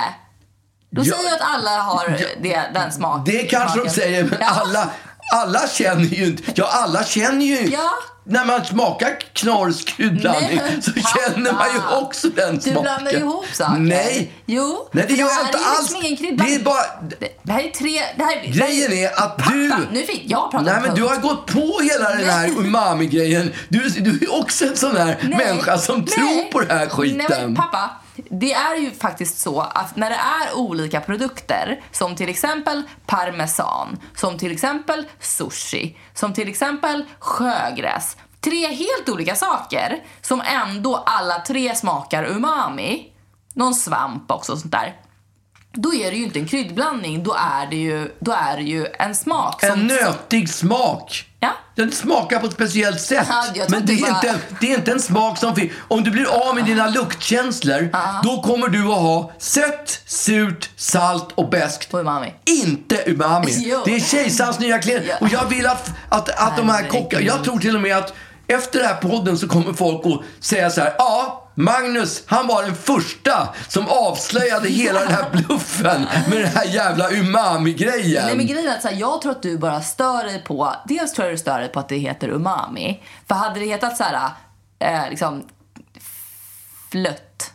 Speaker 1: De
Speaker 2: Ja.
Speaker 1: säger ju att alla har det, den smaken.
Speaker 2: Det kanske de
Speaker 1: smaken.
Speaker 2: säger, men
Speaker 1: Ja.
Speaker 2: alla, alla känner ju inte. Ja, alla känner ju.
Speaker 1: Ja.
Speaker 2: När man smakar Knorrs kryddblandning
Speaker 1: Nej, men
Speaker 2: så
Speaker 1: pappa.
Speaker 2: känner man ju också den
Speaker 1: Du
Speaker 2: smaken.
Speaker 1: blandar ju ihop saker.
Speaker 2: Nej.
Speaker 1: Jo.
Speaker 2: Nej, det
Speaker 1: för
Speaker 2: gör
Speaker 1: här
Speaker 2: jag inte
Speaker 1: är ju
Speaker 2: alls.
Speaker 1: Liksom ingen
Speaker 2: det
Speaker 1: kryddblandning.
Speaker 2: är bara...
Speaker 1: Det- Det här är tre... Det här är...
Speaker 2: Grejen är att
Speaker 1: Pappa,
Speaker 2: du...
Speaker 1: nu fick jag prata
Speaker 2: Nej
Speaker 1: om
Speaker 2: men du har
Speaker 1: punkt.
Speaker 2: gått på hela den här
Speaker 1: Nej.
Speaker 2: umami-grejen. Du, du är också en sån här
Speaker 1: Nej,
Speaker 2: människa som
Speaker 1: nej.
Speaker 2: tror på den här skiten.
Speaker 1: Nej, men pappa, det är ju faktiskt så att när det är olika produkter, som till exempel parmesan, som till exempel sushi, som till exempel sjögräs. Tre helt olika saker som ändå alla tre smakar umami. Någon svamp också och sånt där. Då är det ju inte en kryddblandning, då är det ju, då är det ju en smak. Som,
Speaker 2: En nötig smak.
Speaker 1: Ja.
Speaker 2: Den smakar på ett speciellt sätt.
Speaker 1: Ja, jag
Speaker 2: men det
Speaker 1: trodde
Speaker 2: är,
Speaker 1: bara-
Speaker 2: inte, det är inte en smak som finns. Om du blir av med dina luktkänslor, då kommer du att ha sött, surt, salt och beskt.
Speaker 1: Och umami.
Speaker 2: Inte umami.
Speaker 1: Jo.
Speaker 2: Det är kejsarens nya kläder.
Speaker 1: Ja.
Speaker 2: Och jag vill att, att, att de här kockarna... Jag tror till och med att efter den här podden så kommer folk att säga så här. Ja, Magnus, han var den första som avslöjade hela den här bluffen med den här jävla umami-grejen.
Speaker 1: Nej men grejen är att så här, jag tror att du bara stör dig på, dels tror jag du stör dig på att det heter umami. För hade det hetat så här, eh, liksom flött.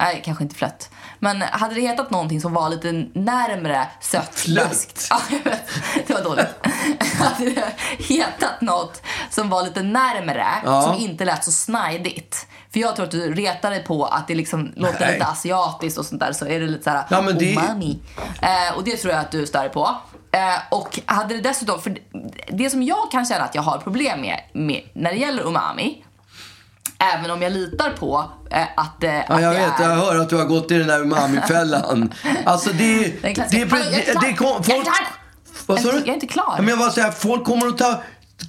Speaker 1: Nej, kanske inte flött. Men hade det hetat någonting som var lite närmre sött
Speaker 2: Flött.
Speaker 1: beskt- Ja, jag vet. Det var dåligt. hade det hetat något som var lite närmre, som inte lät så snajdigt. För jag tror att du retar dig på att det liksom låter
Speaker 2: Nej.
Speaker 1: lite asiatiskt och sånt där. Så är det lite så här
Speaker 2: Ja, men det-
Speaker 1: umami. Eh, och det tror jag att du stör på. Eh, och hade det dessutom, för det som jag kan känna att jag har problem med, med när det gäller umami, även om jag litar på eh, att, eh,
Speaker 2: Ja,
Speaker 1: att
Speaker 2: jag
Speaker 1: det
Speaker 2: vet,
Speaker 1: är...
Speaker 2: jag hör att du har gått i den där umamifällan. Alltså det är...
Speaker 1: Den
Speaker 2: det
Speaker 1: klassiska-
Speaker 2: är, pre-
Speaker 1: Hallå, jag är
Speaker 2: det,
Speaker 1: klar.
Speaker 2: det kom,
Speaker 1: Jag är
Speaker 2: folk,
Speaker 1: klar.
Speaker 2: vad sa
Speaker 1: Jag är
Speaker 2: du?
Speaker 1: inte- jag är inte klar.
Speaker 2: Ja, men jag bara säger, folk kommer att ta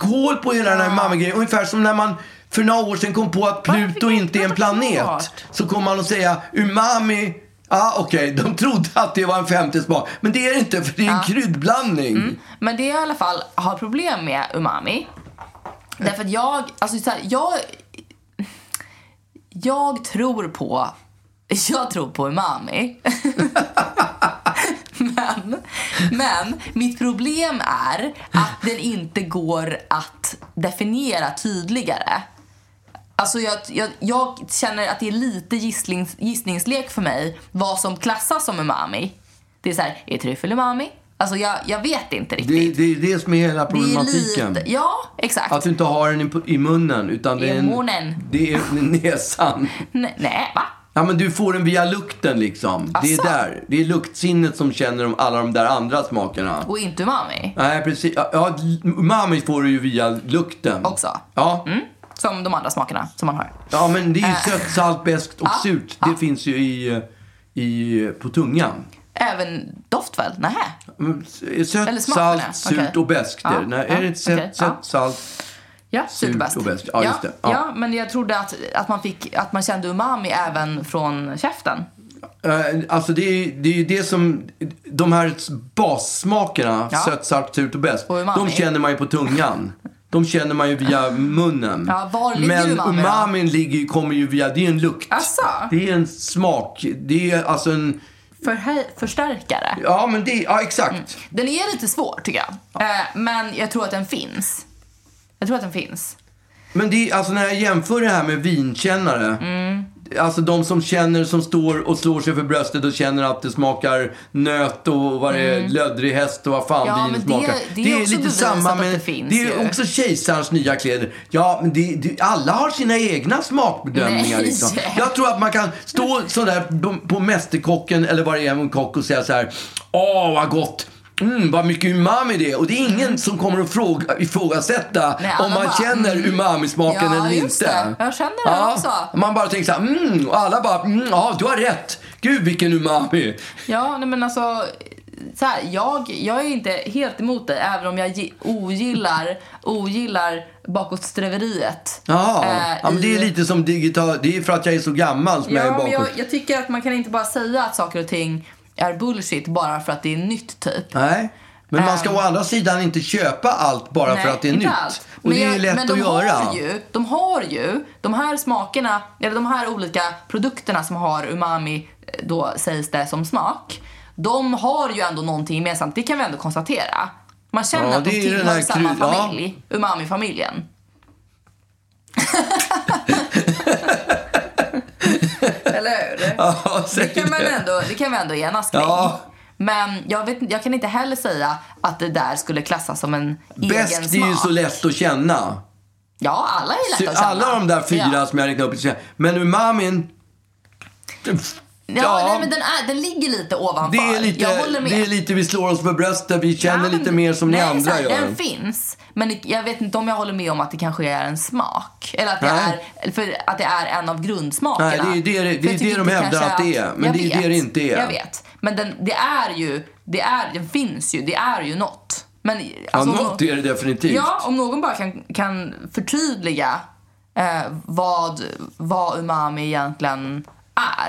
Speaker 2: hål på hela den här umamigrejen. Ungefär som när man för några år sedan kom på att
Speaker 1: Varför
Speaker 2: Pluto
Speaker 1: kan jag
Speaker 2: inte är en
Speaker 1: prata
Speaker 2: planet.
Speaker 1: klart?
Speaker 2: Så kom man att säga umami. Ja, ah, okej, de trodde att det var en femte smak. Men det är det inte, för det är en kryddblandning.
Speaker 1: Men det jag i alla fall har problem med umami, därför att jag, alltså så här, jag, jag tror på, jag tror på umami. men, men mitt problem är att den inte går att definiera tydligare. Alltså jag, jag, jag känner att det är lite gisslings, gissningslek för mig vad som klassas som umami. Det är så här, är tryffel umami? Alltså jag, jag vet inte riktigt.
Speaker 2: Det, det är det som är hela
Speaker 1: Det är
Speaker 2: problematiken.
Speaker 1: lite- Ja, exakt.
Speaker 2: Att du inte har den i, i munnen, utan det
Speaker 1: I
Speaker 2: är, en,
Speaker 1: munnen.
Speaker 2: det är näsan.
Speaker 1: Nej, nej, va?
Speaker 2: Ja, men du får den via lukten liksom. Det är
Speaker 1: Asså?
Speaker 2: där. Det är luktsinnet som känner de, alla de där andra smakerna.
Speaker 1: Och inte umami
Speaker 2: Nej, precis. Ja, Ja, umami får du ju via lukten.
Speaker 1: också. Mm.
Speaker 2: Ja.
Speaker 1: Som de andra smakerna som man har.
Speaker 2: ja, men det är ju
Speaker 1: Äh.
Speaker 2: sött, salt, beskt
Speaker 1: Ah.
Speaker 2: och surt. Det finns ju i, i, på tungan.
Speaker 1: Även doft väl? Nähä.
Speaker 2: Men Sött,
Speaker 1: Eller smakerna.
Speaker 2: salt, surt
Speaker 1: Okej.
Speaker 2: och beskt. är det.
Speaker 1: Ja,
Speaker 2: Nej,
Speaker 1: ja,
Speaker 2: är det sött,
Speaker 1: okej. Ah.
Speaker 2: sött
Speaker 1: Ja.
Speaker 2: salt?
Speaker 1: Ja,
Speaker 2: Surt
Speaker 1: superbäst.
Speaker 2: och bäst. Ja, just det. Ja.
Speaker 1: Ja. men jag trodde att, att, man fick, att man kände umami även från käften.
Speaker 2: Eh, Alltså det är, det är ju det som, de här bassmakerna,
Speaker 1: Ja.
Speaker 2: sött, salt, surt och beskt,
Speaker 1: Och umami.
Speaker 2: de känner man ju på tungan. De känner man ju via munnen.
Speaker 1: Ja, var ligger
Speaker 2: Men
Speaker 1: umami då?
Speaker 2: umamin ligger, ju- kommer ju via, det är en lukt.
Speaker 1: Asså?
Speaker 2: Det är en smak. Det är alltså en,
Speaker 1: Förhö- förstärkare.
Speaker 2: ja men det, ja exakt.
Speaker 1: Den är lite svår tycker jag. Eh, men jag tror att den finns. Jag tror att den finns.
Speaker 2: Men det, är- alltså när jag jämför det här med vinkännare. Alltså de som känner, som står och slår sig för bröstet och känner att det smakar nöt och vad det är, löddrig häst och vad fan
Speaker 1: Mm. Ja,
Speaker 2: vin
Speaker 1: men det-
Speaker 2: smakar.
Speaker 1: det är också bevisat att det finns
Speaker 2: Det är
Speaker 1: ju.
Speaker 2: också kejsarens nya kläder. Ja, men det, det, alla har sina egna smakbedömningar
Speaker 1: Nej.
Speaker 2: liksom. Jag tror att man kan stå sådär på, på Mästerkocken eller vad det är, en kock och säga så här. Åh, vad gott! Mm, vad mycket umami det är. Och det är ingen som kommer att fråga, ifrågasätta
Speaker 1: Nej,
Speaker 2: om
Speaker 1: alla
Speaker 2: man
Speaker 1: bara,
Speaker 2: känner
Speaker 1: mm.
Speaker 2: umami-smaken
Speaker 1: Ja,
Speaker 2: eller
Speaker 1: just
Speaker 2: inte.
Speaker 1: det. Jag känner det också.
Speaker 2: Man bara tänker så här, mm, och alla bara, mm, ja, du har rätt. Gud, vilken umami.
Speaker 1: Ja, nej men alltså... Så här, jag, jag är inte helt emot dig, även om jag gi- ogillar, ogillar bakåtsträveriet.
Speaker 2: Ja,
Speaker 1: eh,
Speaker 2: ja men det är
Speaker 1: i-
Speaker 2: lite som digital, det är för att jag är så gammal som jag
Speaker 1: Ja,
Speaker 2: är
Speaker 1: men
Speaker 2: bakåt.
Speaker 1: jag, jag tycker att man kan inte bara säga att saker och ting är bullshit bara för att det är nytt, typ.
Speaker 2: Nej. Men man ska
Speaker 1: Ehm.
Speaker 2: å andra sidan inte köpa allt bara för
Speaker 1: Nej,
Speaker 2: att det är
Speaker 1: inte
Speaker 2: nytt.
Speaker 1: allt.
Speaker 2: Och det är ju
Speaker 1: jag-
Speaker 2: lätt
Speaker 1: men
Speaker 2: att
Speaker 1: de
Speaker 2: göra.
Speaker 1: Har ju, de har ju de här smakerna, eller de här olika produkterna som har umami, eh, då sägs det som smak. De har ju ändå någonting gemensamt, det kan vi ändå konstatera. Man känner
Speaker 2: Ja,
Speaker 1: att de
Speaker 2: det är ju den
Speaker 1: tillhör
Speaker 2: här
Speaker 1: samma
Speaker 2: kryd- ja.
Speaker 1: familj, umami-familjen. eller hur?
Speaker 2: Ja,
Speaker 1: Det
Speaker 2: säg
Speaker 1: kan, man ändå, det kan vi ändå enas kring.
Speaker 2: Ja.
Speaker 1: Men jag, vet, jag kan inte heller säga att det där skulle klassas som en egen
Speaker 2: Bäst
Speaker 1: smak.
Speaker 2: det är ju så lätt att känna.
Speaker 1: Ja, alla är lätta att känna.
Speaker 2: Alla de där fyra
Speaker 1: Ja.
Speaker 2: som jag räknade upp. Men umamin...
Speaker 1: Ja, Nej, men den, är, den ligger lite ovanför.
Speaker 2: det är
Speaker 1: jag
Speaker 2: lite,
Speaker 1: håller med.
Speaker 2: det är lite vi slår oss för bröstet, vi
Speaker 1: Ja,
Speaker 2: känner
Speaker 1: men-
Speaker 2: lite mer som
Speaker 1: nej,
Speaker 2: ni andra
Speaker 1: så här,
Speaker 2: gör.
Speaker 1: Den finns, men det- jag vet inte om jag håller med om att det kanske är en smak. Eller att det,
Speaker 2: Nej.
Speaker 1: är, för att det är en av grundsmakerna.
Speaker 2: Nej, det är ju det- det är
Speaker 1: För jag tycker
Speaker 2: det de
Speaker 1: inte
Speaker 2: hävdar
Speaker 1: kanske
Speaker 2: att det är, men
Speaker 1: jag
Speaker 2: det är ju
Speaker 1: vet,
Speaker 2: det det inte är.
Speaker 1: Jag vet. Men den, det är ju, det, är, det finns ju, det är ju något. Men,
Speaker 2: Ja,
Speaker 1: alltså, om
Speaker 2: något
Speaker 1: nå-
Speaker 2: är det definitivt.
Speaker 1: Ja, om någon bara kan, kan förtydliga eh, vad, vad umami egentligen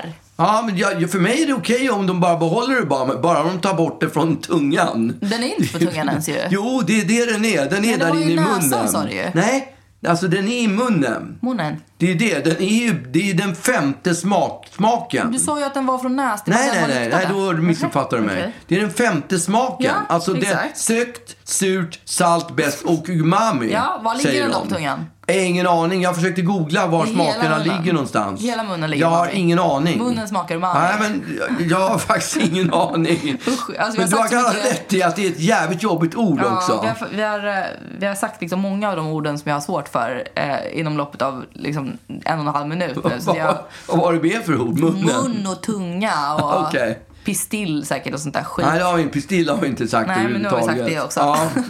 Speaker 1: är.
Speaker 2: Ja, men jag, för mig är det okej om de bara behåller det, bara, bara de tar bort det från tungan.
Speaker 1: Den är inte på tungan ens ju.
Speaker 2: Jo, det är det den är. Den är
Speaker 1: det
Speaker 2: där
Speaker 1: var ju
Speaker 2: inne i
Speaker 1: näsan,
Speaker 2: munnen.
Speaker 1: sa du ju.
Speaker 2: Nej, alltså den är i munnen.
Speaker 1: Munnen.
Speaker 2: Det är det. Den är ju, det är ju den femte smak, smaken.
Speaker 1: Du sa ju att den var från näs. Det var
Speaker 2: Nej,
Speaker 1: den
Speaker 2: nej,
Speaker 1: man
Speaker 2: nej, nej,
Speaker 1: luktade.
Speaker 2: då missuppfattar du mig.
Speaker 1: Okej.
Speaker 2: Det är den femte smaken.
Speaker 1: Ja,
Speaker 2: alltså det
Speaker 1: exakt.
Speaker 2: sökt, surt, salt, bäst och umami.
Speaker 1: Ja, var ligger
Speaker 2: säger
Speaker 1: den då
Speaker 2: de.
Speaker 1: på tungan?
Speaker 2: Eh, Ingen aning. Jag försökte googla var
Speaker 1: I hela
Speaker 2: smakerna
Speaker 1: munnen.
Speaker 2: ligger någonstans.
Speaker 1: Hela munnen ligger
Speaker 2: Jag har
Speaker 1: umami.
Speaker 2: ingen aning.
Speaker 1: Munnen smakar umami.
Speaker 2: Nej, men jag- jag har faktiskt ingen aning.
Speaker 1: Usch, alltså, vi
Speaker 2: men
Speaker 1: har
Speaker 2: du har
Speaker 1: sagt så
Speaker 2: kanske
Speaker 1: mycket-
Speaker 2: rätt i att det är ett jävligt jobbigt ord också.
Speaker 1: Ja, vi, har, vi, har, eh, vi har sagt liksom många av de orden som jag har svårt för eh, inom loppet av liksom en och en halv minut nu. Så
Speaker 2: Vad,
Speaker 1: det är
Speaker 2: vad var det mer för ord? Munnen?
Speaker 1: mun och tunga och
Speaker 2: Okej.
Speaker 1: pistill säkert och sånt där skit.
Speaker 2: Nej, det har vi inte. Pistilla har vi inte sagt
Speaker 1: Nej, men nu har vi sagt
Speaker 2: överhuvudtaget.
Speaker 1: det också.
Speaker 2: Ja,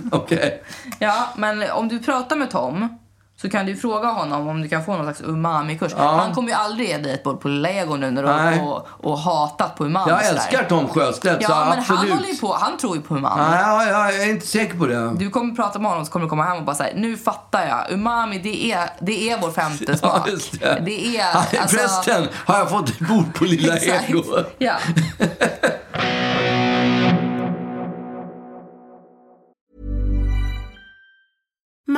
Speaker 2: okej.
Speaker 1: Ja, men om du pratar med Tom så kan du ju fråga honom om du kan få någon slags umami-kurs. Han kommer ju aldrig ge dig ett bord på lego nu när du har
Speaker 2: Nej.
Speaker 1: hållit på och hatat på umami.
Speaker 2: Jag
Speaker 1: sådär.
Speaker 2: älskar Tom Sjöstedt,
Speaker 1: Ja,
Speaker 2: så
Speaker 1: men
Speaker 2: absolut.
Speaker 1: han håller ju på. Han tror ju på umami.
Speaker 2: Nej, ja, ja, jag är inte säker på det.
Speaker 1: Du kommer prata med honom så kommer du komma hem och bara säga nu fattar jag. Umami, det är, det är vår femte smak.
Speaker 2: Ja, just det.
Speaker 1: det är... alltså-
Speaker 2: Nej, Förresten har jag fått ett bord på Lilla
Speaker 1: Exakt.
Speaker 2: Ego.
Speaker 1: Ja.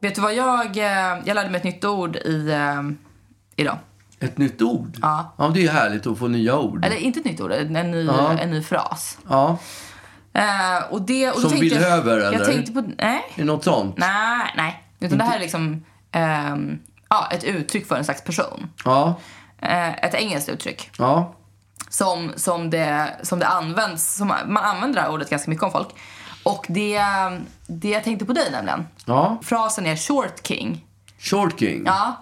Speaker 1: Vet du vad jag... eh, Jag lärde mig ett nytt ord i, eh, idag.
Speaker 2: Ett nytt ord?
Speaker 1: Ja.
Speaker 2: ja men det är ju härligt att få nya ord.
Speaker 1: Eller inte ett nytt ord, en ny,
Speaker 2: Ja.
Speaker 1: en ny fras.
Speaker 2: Ja,
Speaker 1: Eh, och det, och då
Speaker 2: Som
Speaker 1: tänkte jag-
Speaker 2: behöver, eller? Mm.
Speaker 1: Jag tänkte på... Nej.
Speaker 2: är det något sånt?
Speaker 1: Nej, nej. Utan det här är liksom ehm, ja, ett uttryck för en slags person.
Speaker 2: Ja,
Speaker 1: Eh, ett engelskt uttryck.
Speaker 2: ja.
Speaker 1: som, som, det, som det används, som man använder det här ordet ganska mycket om folk. Och det, det jag tänkte på dig nämligen.
Speaker 2: Ja.
Speaker 1: Frasen är short king.
Speaker 2: Short King.
Speaker 1: Ja,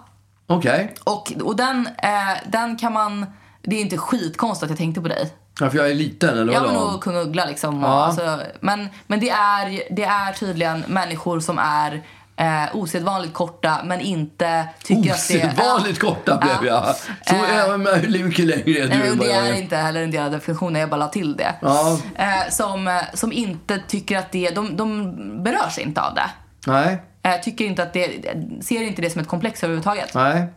Speaker 2: Okej.
Speaker 1: och, och den, eh, den kan man... Det är inte skitkonstigt att jag tänkte på dig.
Speaker 2: Ja, för jag är liten, eller
Speaker 1: Ja
Speaker 2: vadå?
Speaker 1: men och kung Uggla liksom. Och,
Speaker 2: Ja.
Speaker 1: alltså, men men det, är, ju- det är tydligen människor som är eh, osedvanligt korta men inte tycker att det är...
Speaker 2: Osedvanligt korta blev jag. Så
Speaker 1: Eh,
Speaker 2: är man ju mycket längre än
Speaker 1: Nej,
Speaker 2: du.
Speaker 1: men
Speaker 2: vad
Speaker 1: det
Speaker 2: jag
Speaker 1: är inte heller en del av definitionen, jag bara la till det.
Speaker 2: Ja.
Speaker 1: Eh, som, eh, som inte tycker att det, de, de berörs inte av det.
Speaker 2: Nej,
Speaker 1: Eh, tycker inte att det, ser inte det som ett komplex överhuvudtaget.
Speaker 2: nej.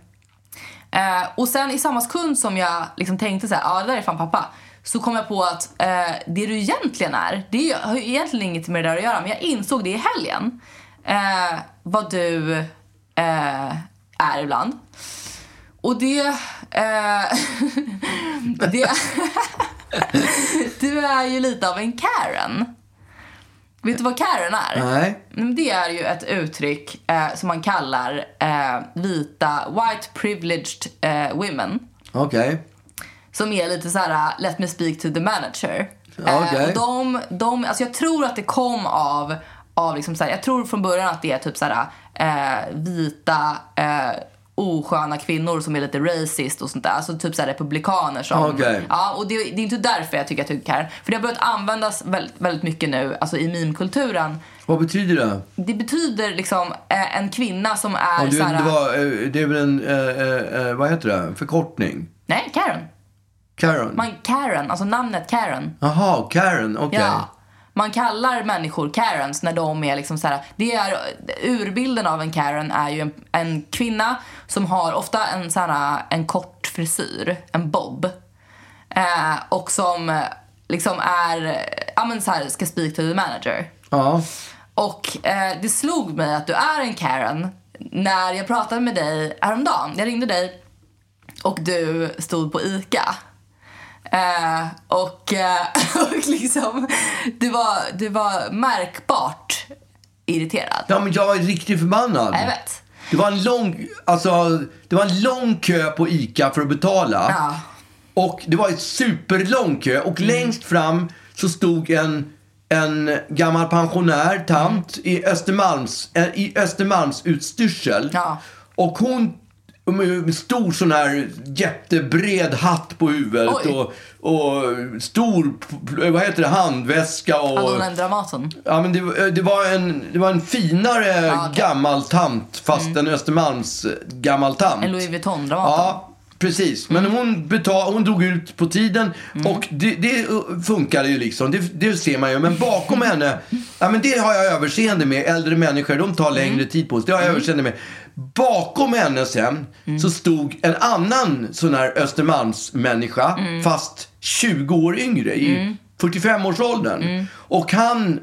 Speaker 1: Eh, och sen i samma sekund som jag liksom tänkte så här, ja ah, det där är fan pappa. Så kom jag på att eh, det du egentligen är, det är ju- har ju egentligen inget med det där att göra. Men jag insåg det i helgen. Eh, vad du eh, är ibland. Och det... Eh, det du är ju lite av en Karen. Vet du vad Karen är?
Speaker 2: Nej.
Speaker 1: Nej, men Det är ju ett uttryck eh, som man kallar eh, vita, white privileged eh, women.
Speaker 2: Okej.
Speaker 1: Som är lite så här: uh, let me speak to the manager. Eh,
Speaker 2: Okej.
Speaker 1: och de, de, alltså jag tror att det kom av, av liksom så här, jag tror från början att det är typ så här, eh, vita, eh, osköna kvinnor som är lite racist och sånt där. Alltså typ så här republikaner som...
Speaker 2: Ah, Okej.
Speaker 1: Ja, och det, det är inte därför jag tycker att jag tycker Karen. För det har börjat användas väldigt, väldigt mycket nu, alltså i meme-kulturen.
Speaker 2: Vad betyder det?
Speaker 1: Det betyder liksom eh, en kvinna som är
Speaker 2: Om du,
Speaker 1: så
Speaker 2: det,
Speaker 1: här.
Speaker 2: var, eh, det är väl en, eh, eh, eh, vad heter det, förkortning?
Speaker 1: Nej, Karen.
Speaker 2: Karen?
Speaker 1: Man, Karen, alltså namnet Karen.
Speaker 2: Jaha, Karen, okej.
Speaker 1: Ja. Man kallar människor Karens när de är liksom så här. Det är, urbilden av en Karen är ju en, en kvinna som har ofta en, så här, en kort frisyr, en bob. Eh, och som eh, liksom är, eh, ja men så här, ska speak to the manager.
Speaker 2: Ja.
Speaker 1: Och eh, det slog mig att du är en Karen när jag pratade med dig häromdagen. Jag ringde dig och du stod på ICA. Eh, och, eh, och liksom, du var, du var märkbart irriterad.
Speaker 2: ja, men jag är riktigt förbannad.
Speaker 1: Jag vet.
Speaker 2: Det var en lång, alltså, det var en lång kö på ICA för att betala.
Speaker 1: Ja. Mm.
Speaker 2: Och det var en superlång kö och längst fram så stod en, en gammal pensionär, tant,
Speaker 1: Mm.
Speaker 2: i, Östermalms, eh, i Östermalms utstyrsel.
Speaker 1: Ja.
Speaker 2: Och hon med en stor sån här jättebred hatt på huvudet
Speaker 1: Oj.
Speaker 2: och, och stor, p- vad heter det, handväska och...
Speaker 1: Hade hon en Dramaten?
Speaker 2: Ja, men det, det, var en, det var en finare
Speaker 1: okej.
Speaker 2: gammal tant fast en Östermalms eh, gammal tant.
Speaker 1: Mm. En Louis Mm. Vuitton-Dramaten?
Speaker 2: Ja, precis. Men hon, betal, hon drog ut på tiden
Speaker 1: Mm.
Speaker 2: och det, det funkade ju liksom. Det, det ser man ju. Men bakom henne, ja, men det har jag överseende med. Äldre människor, de
Speaker 1: Mm.
Speaker 2: tar längre tid på sig. Det har jag överseende med. Bakom henne sen
Speaker 1: Mm.
Speaker 2: så stod en annan sån här Östermalmsmänniska,
Speaker 1: Mm.
Speaker 2: fast 20 år yngre, i 45-årsåldern.
Speaker 1: Mm.
Speaker 2: Och han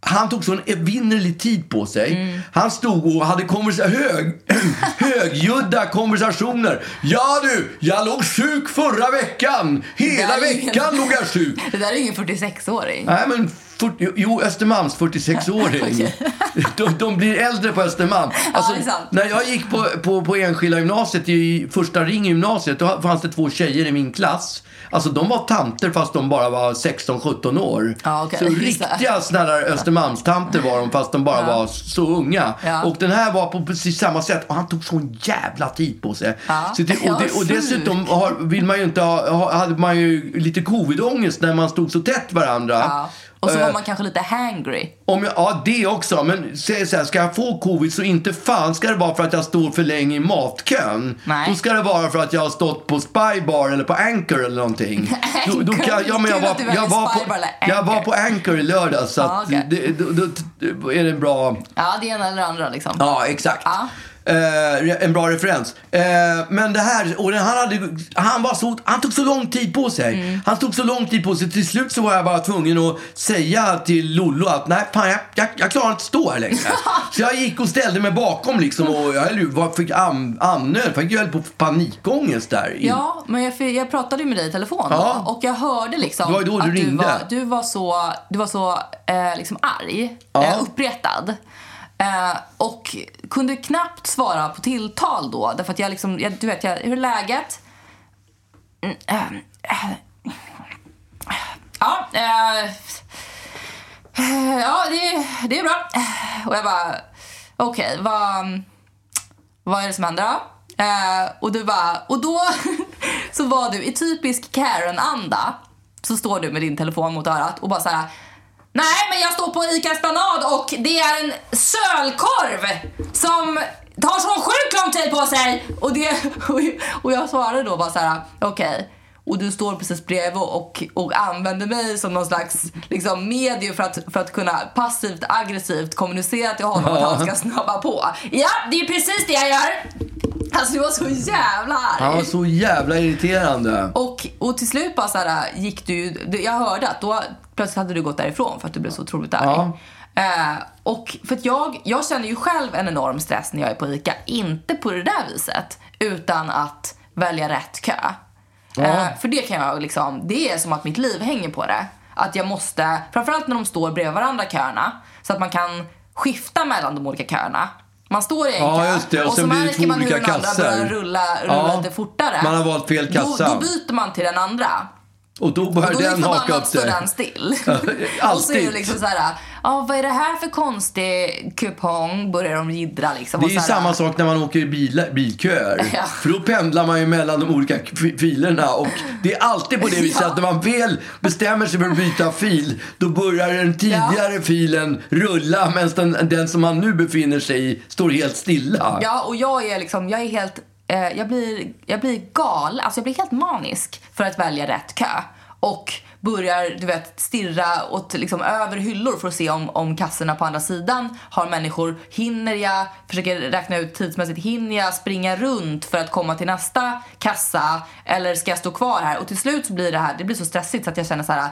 Speaker 2: han tog sån evinnerlig tid på sig. Han stod och hade konversa- hög, högljudda konversationer. Ja du, jag låg sjuk förra veckan. Hela
Speaker 1: Nej.
Speaker 2: veckan låg jag sjuk.
Speaker 1: Det där är ju ingen 46-åring.
Speaker 2: Nej men, 40, jo Östermalms 46-åring. de, de blir äldre på Östermalm. Alltså,
Speaker 1: det är sant.
Speaker 2: när jag gick på, på, på enskilda gymnasiet, i första ring i gymnasiet, då fanns det två tjejer i min klass. Alltså de var tanter fast de bara var 16-17 år.
Speaker 1: Ja, okej.
Speaker 2: Så
Speaker 1: Just det.
Speaker 2: riktiga såna där Östermalmstanter var de fast de bara var så unga.
Speaker 1: Ja.
Speaker 2: Och den här var på precis samma sätt och han tog sån jävla tid på sig.
Speaker 1: Ja.
Speaker 2: Så det, och, det, och
Speaker 1: Ja,
Speaker 2: dessutom har, vill man ju inte ha, ha- hade man ju lite covidångest när man stod så tätt varandra.
Speaker 1: Ja. Och så
Speaker 2: Eh,
Speaker 1: var man kanske lite hangry.
Speaker 2: om jag, ja, det också. Men säg så här, ska jag få covid så inte fan ska det vara för att jag står för länge i matkön.
Speaker 1: Nej.
Speaker 2: Då ska det vara för att jag har stått på Spybar eller på Anchor eller någonting. Då, då kan, ja, men jag,
Speaker 1: Kul
Speaker 2: var,
Speaker 1: att du väljer
Speaker 2: jag, var
Speaker 1: Spybar
Speaker 2: på,
Speaker 1: eller
Speaker 2: jag var
Speaker 1: Anchor.
Speaker 2: på Anchor i lördags så
Speaker 1: Ja,
Speaker 2: att
Speaker 1: okej.
Speaker 2: det, då, då, då är det en bra...
Speaker 1: Ja, det ena eller det andra liksom.
Speaker 2: Ja, exakt.
Speaker 1: Ja.
Speaker 2: Eh, en bra referens. Eh, men det här, och den, han, hade, han, var så, han tog så lång tid på sig.
Speaker 1: Mm.
Speaker 2: Han tog så lång tid på sig. Till slut så var jag bara tvungen att säga till Lollo att nej, fan, jag, jag, jag klarar inte att stå här längre. så jag gick och ställde mig bakom liksom och jag höll ju- var, fick an, annöd. Fick ju höll på panikångest där. In-
Speaker 1: Ja, men jag, fi- jag pratade ju med dig i telefon
Speaker 2: Ja.
Speaker 1: då, och jag hörde liksom
Speaker 2: Det var ju då du
Speaker 1: att du
Speaker 2: ringde.
Speaker 1: var, du var så, du var så eh, liksom arg,
Speaker 2: Ja.
Speaker 1: eh, uppretad. Eh, och kunde knappt svara på tilltal då. Därför att jag liksom, jag, du vet, jag, hur är läget? Mm, eh, eh. Ja, eh, eh, ja det, det är bra. Eh, Och jag bara, okej, vad, vad är det som händer då? Eh, och du bara, och då så var du i typisk Karen-anda, så står du med din telefon mot örat och bara så här. Nej, men jag står på ICA Esplanad och det är en sölkorv som tar sån sjukt lång tid på sig. Och, det, och jag svarade då bara så här, okej. Och du står precis bredvid och, och använder mig som någon slags liksom, medium för att, för att kunna passivt aggressivt kommunicera till honom att han ska snabba på. Ja, det är precis det jag gör. Alltså du var så jävla arg.
Speaker 2: Han var så jävla irriterande.
Speaker 1: Och, och till slut bara så här, äh, gick du ju, det- jag hörde att då plötsligt hade du gått därifrån för att du blev så otroligt arg.
Speaker 2: Ja.
Speaker 1: Eh, och för att jag, jag känner ju själv en enorm stress när jag är på ICA. Inte på det där viset, utan att välja rätt kö. Eh, för det kan jag liksom, det är som att mitt liv hänger på det. Att jag måste, framförallt när de står bredvid varandra köerna, så att man kan skifta mellan de olika köerna. Man står i en
Speaker 2: Ja,
Speaker 1: kö
Speaker 2: just det. Och sen blir det
Speaker 1: märker
Speaker 2: två
Speaker 1: man hur
Speaker 2: olika
Speaker 1: den andra
Speaker 2: kassor.
Speaker 1: börjar rulla, rulla
Speaker 2: Ja.
Speaker 1: lite fortare.
Speaker 2: Man har valt fel kassa.
Speaker 1: Då, då byter man till den andra.
Speaker 2: Och då började
Speaker 1: Och då är
Speaker 2: den haka
Speaker 1: förbannat
Speaker 2: upp
Speaker 1: står
Speaker 2: sig.
Speaker 1: den still. Och så är det
Speaker 2: alltid.
Speaker 1: liksom så här, ja vad är det här för konstig kupong? Börjar de jiddra liksom.
Speaker 2: Det
Speaker 1: Och
Speaker 2: är ju
Speaker 1: så här,
Speaker 2: samma sak när man åker i bil, bilköer.
Speaker 1: Ja.
Speaker 2: För då pendlar man ju mellan de olika f- filerna. Och det är alltid på det viset att när man väl bestämmer sig för att byta fil, då börjar den tidigare filen rulla medan den, den som man nu befinner sig i står helt stilla.
Speaker 1: Ja, och jag är liksom, jag är helt, eh, jag blir, jag blir gal, alltså jag blir helt manisk för att välja rätt kö. Och börjar, du vet, stirra åt, liksom, över hyllor för att se om, om kassorna på andra sidan har människor. Hinner jag, försöker räkna ut tidsmässigt, hinner jag springa runt för att komma till nästa kassa? Eller ska jag stå kvar här? Och till slut så blir det här, det blir så stressigt så att jag känner så här.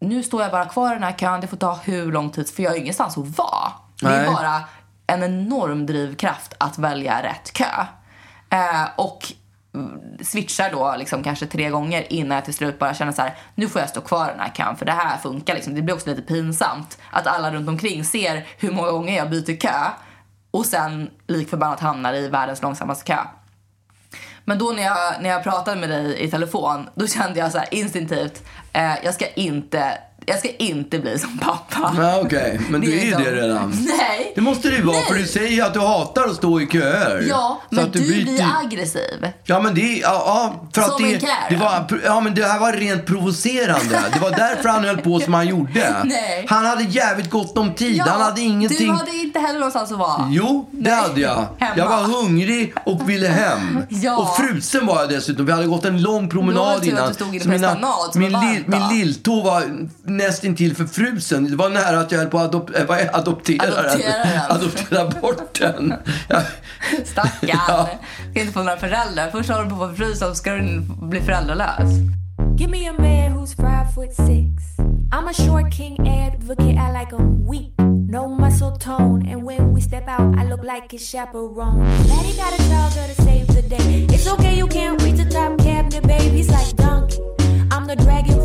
Speaker 1: Nu står jag bara kvar i den här kön, det får ta hur lång tid, för jag har ju ingenstans att vara. Det är
Speaker 2: Nej.
Speaker 1: bara en enorm drivkraft att välja rätt kö. Eh, och mm, switchar då liksom kanske tre gånger innan jag till slut bara känner så här: nu får jag stå kvar i den här kön för det här funkar liksom. Det blir också lite pinsamt att alla runt omkring ser hur många gånger jag byter kö och sen lik förbannat hamnar i världens långsammaste kö. Men då när jag, när jag pratade med dig i telefon, då kände jag så här instinktivt, eh, jag, ska inte, jag ska inte bli som pappa.
Speaker 2: Ja, Okej, men du är ju
Speaker 1: liksom-
Speaker 2: det redan.
Speaker 1: Nej.
Speaker 2: Det måste det ju vara,
Speaker 1: Nej.
Speaker 2: för du säger att du hatar att stå i köer.
Speaker 1: Ja,
Speaker 2: Så
Speaker 1: men
Speaker 2: att
Speaker 1: du, blir
Speaker 2: byter-
Speaker 1: aggressiv.
Speaker 2: Ja men det, ja, ja för att
Speaker 1: Som en
Speaker 2: det,
Speaker 1: Karen.
Speaker 2: det var, ja men det här var rent provocerande. Det var därför han höll på som han gjorde.
Speaker 1: Nej.
Speaker 2: Han hade jävligt gott om tid.
Speaker 1: Ja,
Speaker 2: han hade ingenting.
Speaker 1: Du hade inte heller någonstans att vara.
Speaker 2: Jo, det hade jag.
Speaker 1: hemma.
Speaker 2: Jag var hungrig och ville hem.
Speaker 1: Ja.
Speaker 2: Och frusen var jag dessutom. Vi hade gått en lång
Speaker 1: Då var det
Speaker 2: promenad
Speaker 1: tur att
Speaker 2: innan.
Speaker 1: du stod inne
Speaker 2: Så
Speaker 1: på
Speaker 2: mina-
Speaker 1: Esplanad som
Speaker 2: min,
Speaker 1: var
Speaker 2: lill,
Speaker 1: varmt,
Speaker 2: min
Speaker 1: va?
Speaker 2: lilltå var nästintill förfrusen. Det var nära att jag höll på att adop, äh, vad är det? adoptera,
Speaker 1: Adoptera
Speaker 2: den.
Speaker 1: den.
Speaker 2: Adoptera bort den. Jag,
Speaker 1: Stackarn.
Speaker 2: Ja.
Speaker 1: Ska inte få några föräldrar. Först håller du på att få frys och ska du bli föräldralös.
Speaker 5: Give me a man who's five foot six. I'm a short king advocate, I like 'em weak. No muscle tone, and when we step out, I look like a chaperone. Daddy got a child girl to save the day. It's okay, you can't reach the top cabinet, baby. It's like donkey. I'm the dragon